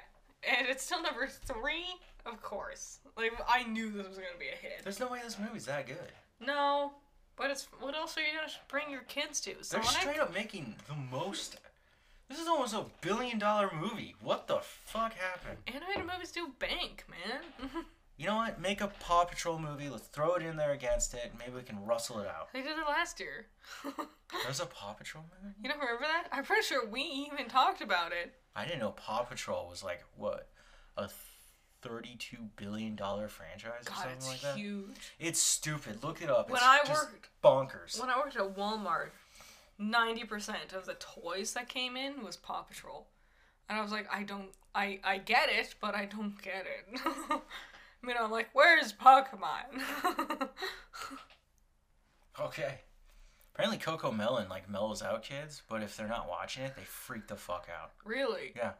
Speaker 2: And it's still number three, of course. Like I knew this was gonna be a hit.
Speaker 1: There's no way this movie's that good.
Speaker 2: No. But it's what else are you gonna bring your kids to?
Speaker 1: They're
Speaker 2: Sonic?
Speaker 1: straight up making the most. This is almost a billion dollar movie. What the fuck happened?
Speaker 2: Animated movies do bank, man.
Speaker 1: You know what? Make a Paw Patrol movie. Let's throw it in there against it. Maybe we can rustle it out.
Speaker 2: they did it last year.
Speaker 1: There's a Paw Patrol movie?
Speaker 2: you don't remember that? I'm pretty sure we even talked about it.
Speaker 1: I didn't know Paw Patrol was like, what? A $32 billion franchise or
Speaker 2: God,
Speaker 1: something
Speaker 2: it's
Speaker 1: like that?
Speaker 2: huge.
Speaker 1: It's stupid. Look it up.
Speaker 2: When
Speaker 1: it's
Speaker 2: I
Speaker 1: just
Speaker 2: worked-
Speaker 1: bonkers.
Speaker 2: When I worked at Walmart, 90% of the toys that came in was Paw Patrol. And I was like, I don't, I, I get it, but I don't get it. I mean, I'm like, where's Pokemon?
Speaker 1: Okay. Apparently, Coco Melon like mellows out kids, but if they're not watching it, they freak the fuck out.
Speaker 2: really?
Speaker 1: Yeah,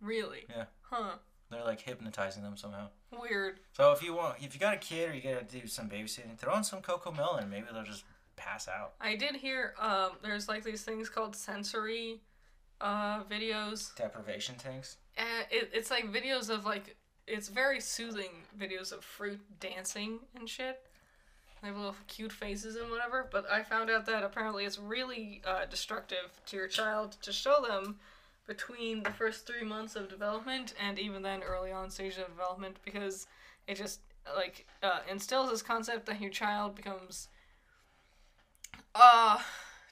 Speaker 2: Really?
Speaker 1: Yeah.
Speaker 2: Huh.
Speaker 1: they're like hypnotizing them somehow.
Speaker 2: Weird.
Speaker 1: So if you want, if you got a kid or you gotta do some babysitting, throw on some Coco Melon. Maybe they'll just pass out.
Speaker 2: I did hear um, there's like these things called sensory uh, videos.
Speaker 1: Deprivation tanks.
Speaker 2: Uh, it, it's like videos of like it's very soothing videos of fruit dancing and shit. They have little cute faces and whatever. But I found out that apparently it's really uh, destructive to your child to show them between the first three months of development and even then early on stage of development because it just like uh, instills this concept that your child becomes uh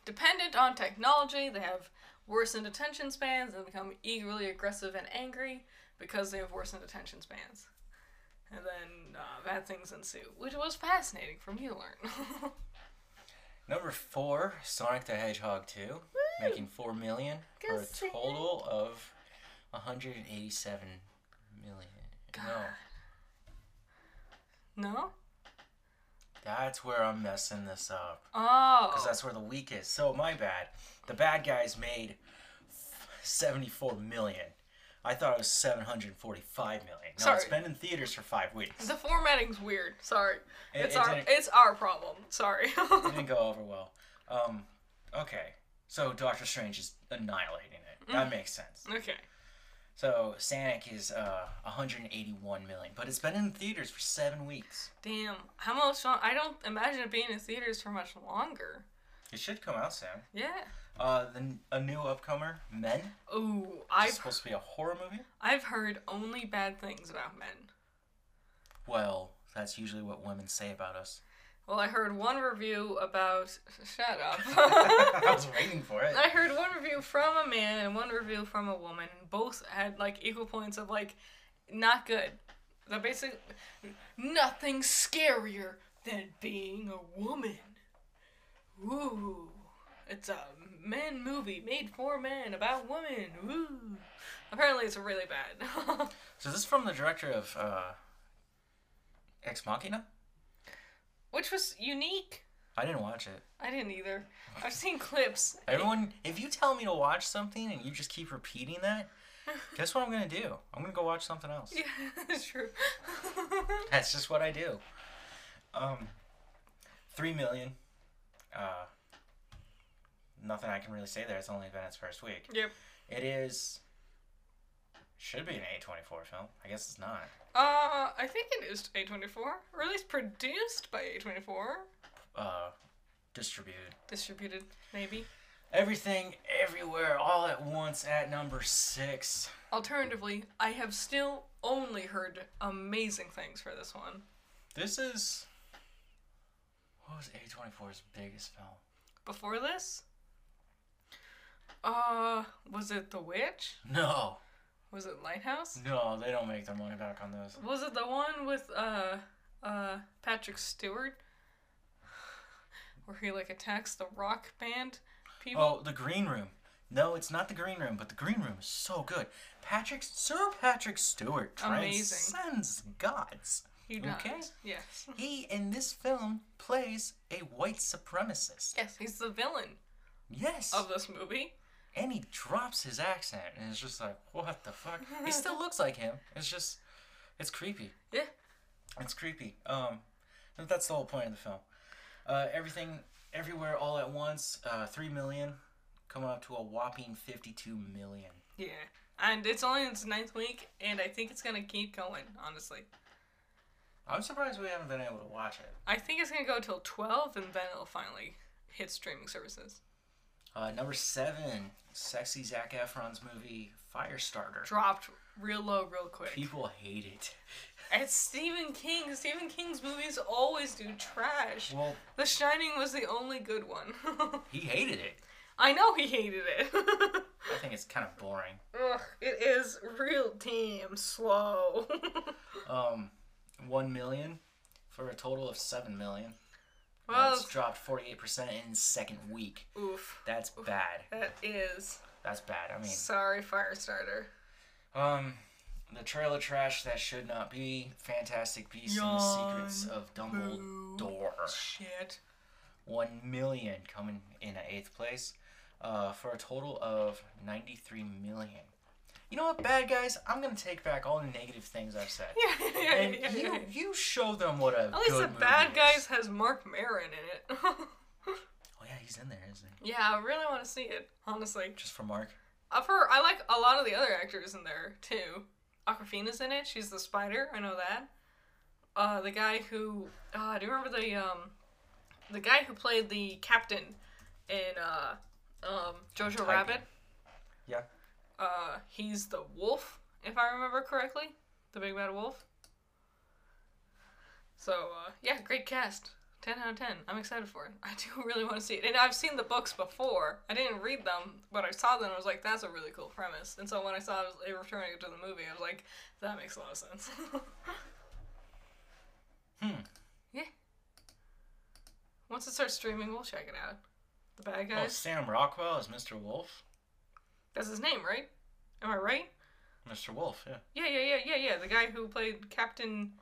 Speaker 2: dependent on technology. They have worsened attention spans and become eagerly aggressive and angry because they have worsened attention spans. And then uh, bad things ensue, which was fascinating for me to learn.
Speaker 1: Number four, Sonic the Hedgehog two, making four million for a
Speaker 2: Good
Speaker 1: total of 187 million. No,
Speaker 2: no?
Speaker 1: that's where I'm messing this up.
Speaker 2: Oh.
Speaker 1: because that's where the weak is. So my bad. The bad guys made seventy-four million. I thought it was seven hundred forty-five million. No, it's
Speaker 2: Sorry.
Speaker 1: been in theaters for five weeks.
Speaker 2: the formatting's weird. Sorry.
Speaker 1: It-
Speaker 2: it's
Speaker 1: it
Speaker 2: our
Speaker 1: didn't-
Speaker 2: it's our problem. Sorry.
Speaker 1: It didn't go over well. Um, okay. So Doctor Strange is annihilating it.
Speaker 2: Mm.
Speaker 1: That makes sense.
Speaker 2: okay.
Speaker 1: So Sanic is uh, 181 million, but it's been in theaters for seven weeks.
Speaker 2: Damn. How much lo- I don't imagine it being in theaters for much longer.
Speaker 1: It should come out soon.
Speaker 2: Yeah.
Speaker 1: Uh, the, a new upcomer, Men.
Speaker 2: Ooh,
Speaker 1: It's
Speaker 2: I've
Speaker 1: supposed to be a horror movie.
Speaker 2: I've heard only bad things about men.
Speaker 1: Well, that's usually what women say about us.
Speaker 2: Well, I heard one review about. Shut up.
Speaker 1: I was waiting for it.
Speaker 2: I heard one review from a man and one review from a woman, and both had like equal points of like, not good. The basic, nothing scarier than being a woman. Ooh, it's a men movie made for men about women. Ooh, apparently it's really bad.
Speaker 1: So this is from the director of uh, Ex Machina.
Speaker 2: which was unique.
Speaker 1: I didn't watch it.
Speaker 2: I didn't either. I've seen clips.
Speaker 1: Everyone, if you tell me to watch something and you just keep repeating that, guess what I'm gonna do? I'm gonna go watch something else.
Speaker 2: Yeah, that's true.
Speaker 1: That's just what I do. Um, three million. Uh, nothing I can really say there. It's only been its first week.
Speaker 2: Yep.
Speaker 1: It is. Should be an A24 film. I guess it's not.
Speaker 2: uh, I think it is A24, or at least produced by A24.
Speaker 1: Uh, distributed.
Speaker 2: Distributed, maybe.
Speaker 1: Everything, everywhere, all at once at number six.
Speaker 2: Alternatively, I have still only heard amazing things for this one.
Speaker 1: This is. What was A24's biggest film?
Speaker 2: Before this, uh, was it The Witch?
Speaker 1: No.
Speaker 2: Was it Lighthouse?
Speaker 1: No, they don't make their money back on those.
Speaker 2: Was it the one with uh uh Patrick Stewart? Where he like attacks the rock band people?
Speaker 1: Oh, The Green Room. No, it's not The Green Room, but The Green Room is so good. Patrick, Sir Patrick Stewart
Speaker 2: Amazing.
Speaker 1: transcends gods.
Speaker 2: he does.
Speaker 1: okay.
Speaker 2: Yes.
Speaker 1: He, in this film, plays a white supremacist.
Speaker 2: Yes, he's the villain
Speaker 1: Yes.
Speaker 2: of this movie.
Speaker 1: and he drops his accent, and it's just like, what the fuck? he still looks like him. It's just, it's creepy.
Speaker 2: Yeah.
Speaker 1: It's creepy. Um, but that's the whole point of the film. Uh, everything, everywhere, all at once. Uh, three million, coming up to a whopping fifty-two million.
Speaker 2: Yeah. And it's only in its ninth week, and I think it's gonna keep going, honestly.
Speaker 1: I'm surprised we haven't been able to watch it.
Speaker 2: I think it's gonna go till twelve and then it'll finally hit streaming services.
Speaker 1: Uh, number seven, sexy Zac Efron's movie Firestarter.
Speaker 2: Dropped real low real quick.
Speaker 1: People hate it.
Speaker 2: It's Stephen King. Stephen King's movies always do trash.
Speaker 1: Well,
Speaker 2: The Shining was the only good one.
Speaker 1: he hated it.
Speaker 2: I know he hated it.
Speaker 1: I think it's kind of boring.
Speaker 2: Ugh, it is real damn slow.
Speaker 1: Um, one million for a total of seven million.
Speaker 2: well,
Speaker 1: That's dropped forty-eight percent in its second week.
Speaker 2: oof.
Speaker 1: That's bad.
Speaker 2: That is.
Speaker 1: That's bad. I mean,
Speaker 2: Sorry, Firestarter.
Speaker 1: Um, the trail of trash that should not be. Fantastic Beasts and the
Speaker 2: Yawn.
Speaker 1: Secrets of Dumbledore.
Speaker 2: Shit.
Speaker 1: One million coming in at eighth place, uh, for a total of ninety-three million. You know what, bad guys? I'm gonna take back all the negative things I've said.
Speaker 2: Yeah, yeah,
Speaker 1: And
Speaker 2: yeah,
Speaker 1: you,
Speaker 2: yeah.
Speaker 1: you show them what a
Speaker 2: At least
Speaker 1: good
Speaker 2: the
Speaker 1: movie
Speaker 2: bad
Speaker 1: is.
Speaker 2: guys has Mark Maron in it.
Speaker 1: Oh yeah, he's in there, isn't he?
Speaker 2: yeah, I really want to see it, honestly.
Speaker 1: Just for Mark.
Speaker 2: I've heard, I like a lot of the other actors in there, too. Aquafina's in it. She's the spider. I know that. Uh, the guy who, uh, do you remember the, um, the guy who played the captain in, uh, um, Jojo
Speaker 1: typing.
Speaker 2: Rabbit?
Speaker 1: Yeah.
Speaker 2: Uh, he's the wolf, if I remember correctly. The big bad wolf. So, uh, yeah, great cast. 10 out of 10. I'm excited for it. I do really want to see it. And I've seen the books before. I didn't read them, but I saw them and I was like, that's a really cool premise. And so when I saw it, was- it returning to the movie, I was like, that makes a lot of sense.
Speaker 1: Hmm.
Speaker 2: Yeah. Once it starts streaming, we'll check it out. The bad
Speaker 1: Oh,
Speaker 2: guys.
Speaker 1: Sam Rockwell is Mr. Wolf.
Speaker 2: That's his name, right? Am I right?
Speaker 1: Mr. Wolf, yeah.
Speaker 2: Yeah, yeah, yeah, yeah, yeah. The guy who played Captain.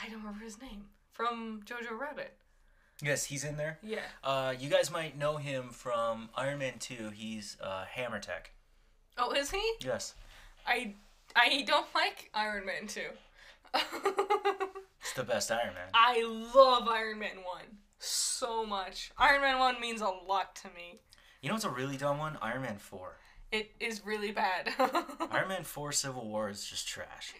Speaker 2: I don't remember his name. From Jojo Rabbit.
Speaker 1: Yes, he's in there.
Speaker 2: Yeah.
Speaker 1: Uh, you guys might know him from Iron Man 2. He's uh, Hammer Tech.
Speaker 2: Oh, is he?
Speaker 1: Yes.
Speaker 2: I I don't like Iron Man 2.
Speaker 1: It's the best Iron Man.
Speaker 2: I love Iron Man 1 so much. Iron Man 1 means a lot to me.
Speaker 1: You know what's a really dumb one? Iron Man 4.
Speaker 2: It is really bad.
Speaker 1: Iron Man 4 Civil War is just trash.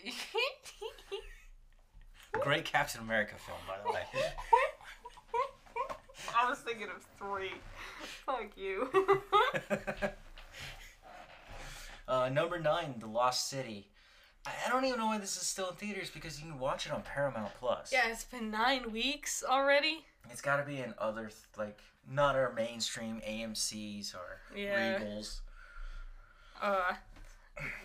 Speaker 1: Great Captain America film, by the way.
Speaker 2: I was thinking of 3. Fuck you.
Speaker 1: uh, number 9, The Lost City. I I don't even know why this is still in theaters because you can watch it on Paramount Plus.
Speaker 2: yeah, it's been 9 weeks already.
Speaker 1: It's got to be in other, th- like, not our mainstream AMCs or
Speaker 2: Yeah.
Speaker 1: Regals.
Speaker 2: Uh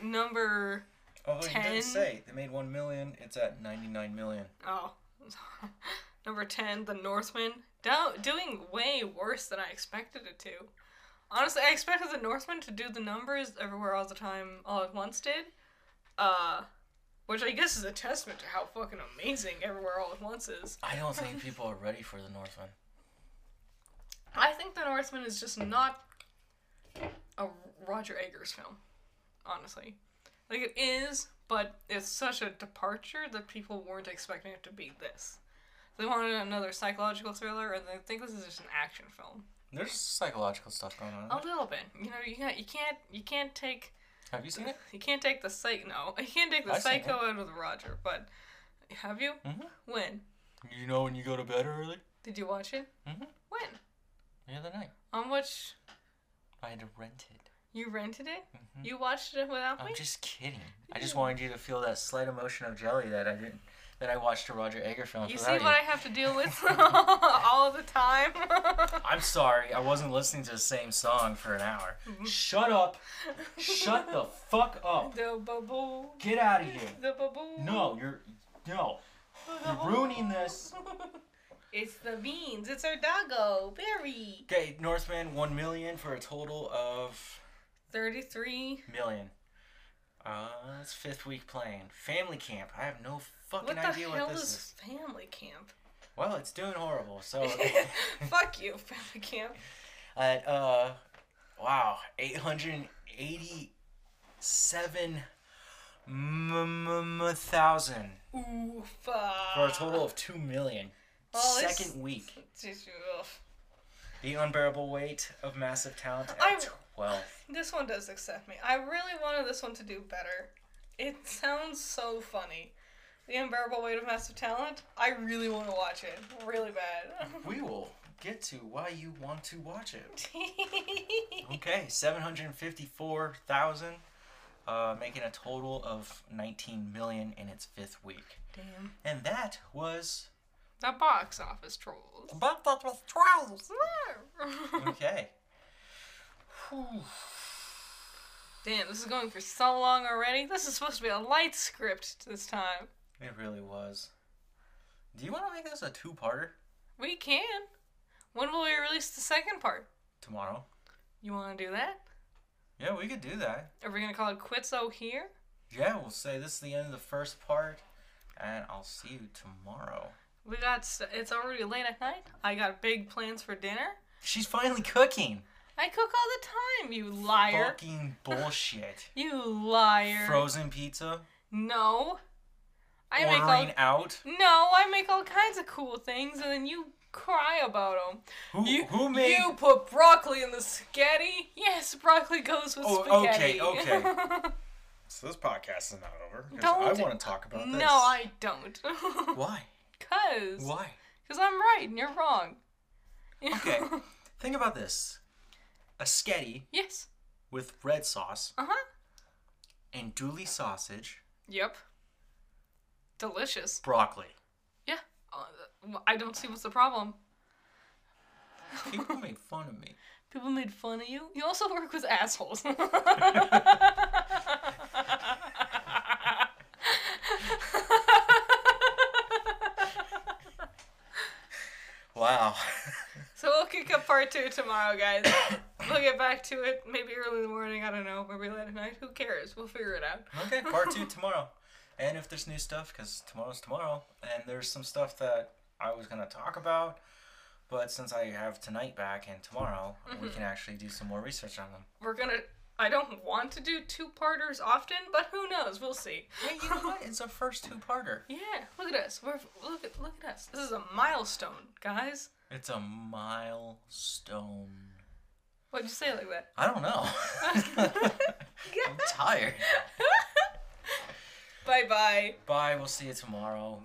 Speaker 2: number
Speaker 1: Although you
Speaker 2: Ten.
Speaker 1: did say they made 1 million, it's at 99 million.
Speaker 2: Oh. Number 10, The Northman. Do- doing way worse than I expected it to. Honestly, I expected The Northman to do the numbers everywhere all the time all at once did. Uh, Which I guess is a testament to how fucking amazing Everywhere All at Once is.
Speaker 1: I don't think people are ready for the Northman.
Speaker 2: I think The Northman is just not a Roger Eggers film, honestly. Like it is, but it's such a departure that people weren't expecting it to be this. They wanted another psychological thriller, and they think this is just an action film.
Speaker 1: There's psychological stuff going on.
Speaker 2: A little bit, you know. You can't, you can't, you can't take,
Speaker 1: Have you seen it?
Speaker 2: you can't take the psych. No, you can't take the
Speaker 1: I've seen
Speaker 2: psycho out of the Roger. But have you?
Speaker 1: Mhm.
Speaker 2: When
Speaker 1: You know when you go to bed early?
Speaker 2: did you watch it?
Speaker 1: Mhm.
Speaker 2: When?
Speaker 1: The other night.
Speaker 2: On which
Speaker 1: I had to rent it.
Speaker 2: you rented it?
Speaker 1: Mhm.
Speaker 2: You watched it without me?
Speaker 1: I'm just kidding. I just wanted you to feel that slight emotion of jelly that I didn't that I watched a Roger Egger film
Speaker 2: You see
Speaker 1: without
Speaker 2: what I have to deal with all the time.
Speaker 1: I'm sorry, I wasn't listening to the same song for an hour.
Speaker 2: Mm-hmm.
Speaker 1: Shut up. Shut the fuck up.
Speaker 2: the baboo.
Speaker 1: Get out of here.
Speaker 2: The baboo.
Speaker 1: No, you're no.
Speaker 2: Uh-huh.
Speaker 1: You're ruining this.
Speaker 2: It's the beans. It's our doggo, Barry.
Speaker 1: Okay, Northman 1 million for a total of
Speaker 2: 33.
Speaker 1: million. Uh, it's fifth week playing. Family camp. I have no fucking
Speaker 2: What the
Speaker 1: idea
Speaker 2: hell
Speaker 1: what this
Speaker 2: is,
Speaker 1: is. Oh,
Speaker 2: family camp?
Speaker 1: Well, it's doing horrible. So
Speaker 2: Fuck you, family camp.
Speaker 1: at uh wow, 887 m- m- m- thousand
Speaker 2: Ooh, fuck.
Speaker 1: for a total of 2 million.
Speaker 2: Well, it's-
Speaker 1: Second week.
Speaker 2: Just, ugh.
Speaker 1: The unbearable weight of massive talent at
Speaker 2: I-
Speaker 1: 12.
Speaker 2: This one does accept me. I really wanted this one to do better. It sounds so funny. The Unbearable Weight of Massive Talent. I really want to watch it. Really bad.
Speaker 1: We will get to why you want to watch it. Okay, 754,000 uh making a total of 19 million in its fifth week.
Speaker 2: Damn.
Speaker 1: And that was
Speaker 2: The box office trolls.
Speaker 1: about that was 12. Okay.
Speaker 2: Damn, this is going for so long already. This is supposed to be a light script this time.
Speaker 1: It really was. Do you want to make this a two-parter
Speaker 2: We can. When will we release the second part?
Speaker 1: tomorrow?
Speaker 2: You want to do that?
Speaker 1: Yeah, we could do that.
Speaker 2: Are we going to call it quits out here?
Speaker 1: Yeah, we'll say this is the end of the first part, and I'll see you tomorrow.
Speaker 2: We got, s- it's already late at night. I got big plans for dinner.
Speaker 1: She's finally cooking.
Speaker 2: I cook all the time, you liar.
Speaker 1: Fucking bullshit.
Speaker 2: You liar.
Speaker 1: Frozen pizza.
Speaker 2: no. I make all
Speaker 1: ordering out.
Speaker 2: No, I make all kinds of cool things and then you cry about them.
Speaker 1: Who
Speaker 2: You
Speaker 1: who made?
Speaker 2: you put broccoli in the spaghetti? Yes, broccoli goes with
Speaker 1: Oh, okay,
Speaker 2: spaghetti.
Speaker 1: okay. So this podcast is not over. 'cause
Speaker 2: Don't-
Speaker 1: I want to talk about this.
Speaker 2: no, I don't.
Speaker 1: Why?
Speaker 2: Cuz
Speaker 1: Why?
Speaker 2: cuz I'm right and you're wrong.
Speaker 1: Okay. Think about this. A sketty
Speaker 2: yes.
Speaker 1: with red sauce
Speaker 2: Uh-huh.
Speaker 1: and dooley sausage,
Speaker 2: Yep. Delicious.
Speaker 1: broccoli.
Speaker 2: Yeah. Uh, I don't see what's the problem.
Speaker 1: People make fun of me.
Speaker 2: People made fun of you. You also work with assholes.
Speaker 1: Wow.
Speaker 2: so we'll kick up part two tomorrow, guys. We'll get back to it maybe early in the morning. I don't know. Maybe late at night. Who cares? We'll figure it out.
Speaker 1: okay, part two tomorrow. And if there's new stuff, because tomorrow's tomorrow, and there's some stuff that I was going to talk about, but since I have tonight back and tomorrow, we can actually do some more research on them.
Speaker 2: We're gonna. I don't want to do two parters often, but who knows? We'll see.
Speaker 1: Hey, you know what? It's a first two parter.
Speaker 2: Yeah, look at us. We're look at look at us. This is a milestone, guys.
Speaker 1: It's a milestone.
Speaker 2: Why'd you say it like that?
Speaker 1: I don't know. I'm tired.
Speaker 2: Bye bye.
Speaker 1: Bye. We'll see you tomorrow.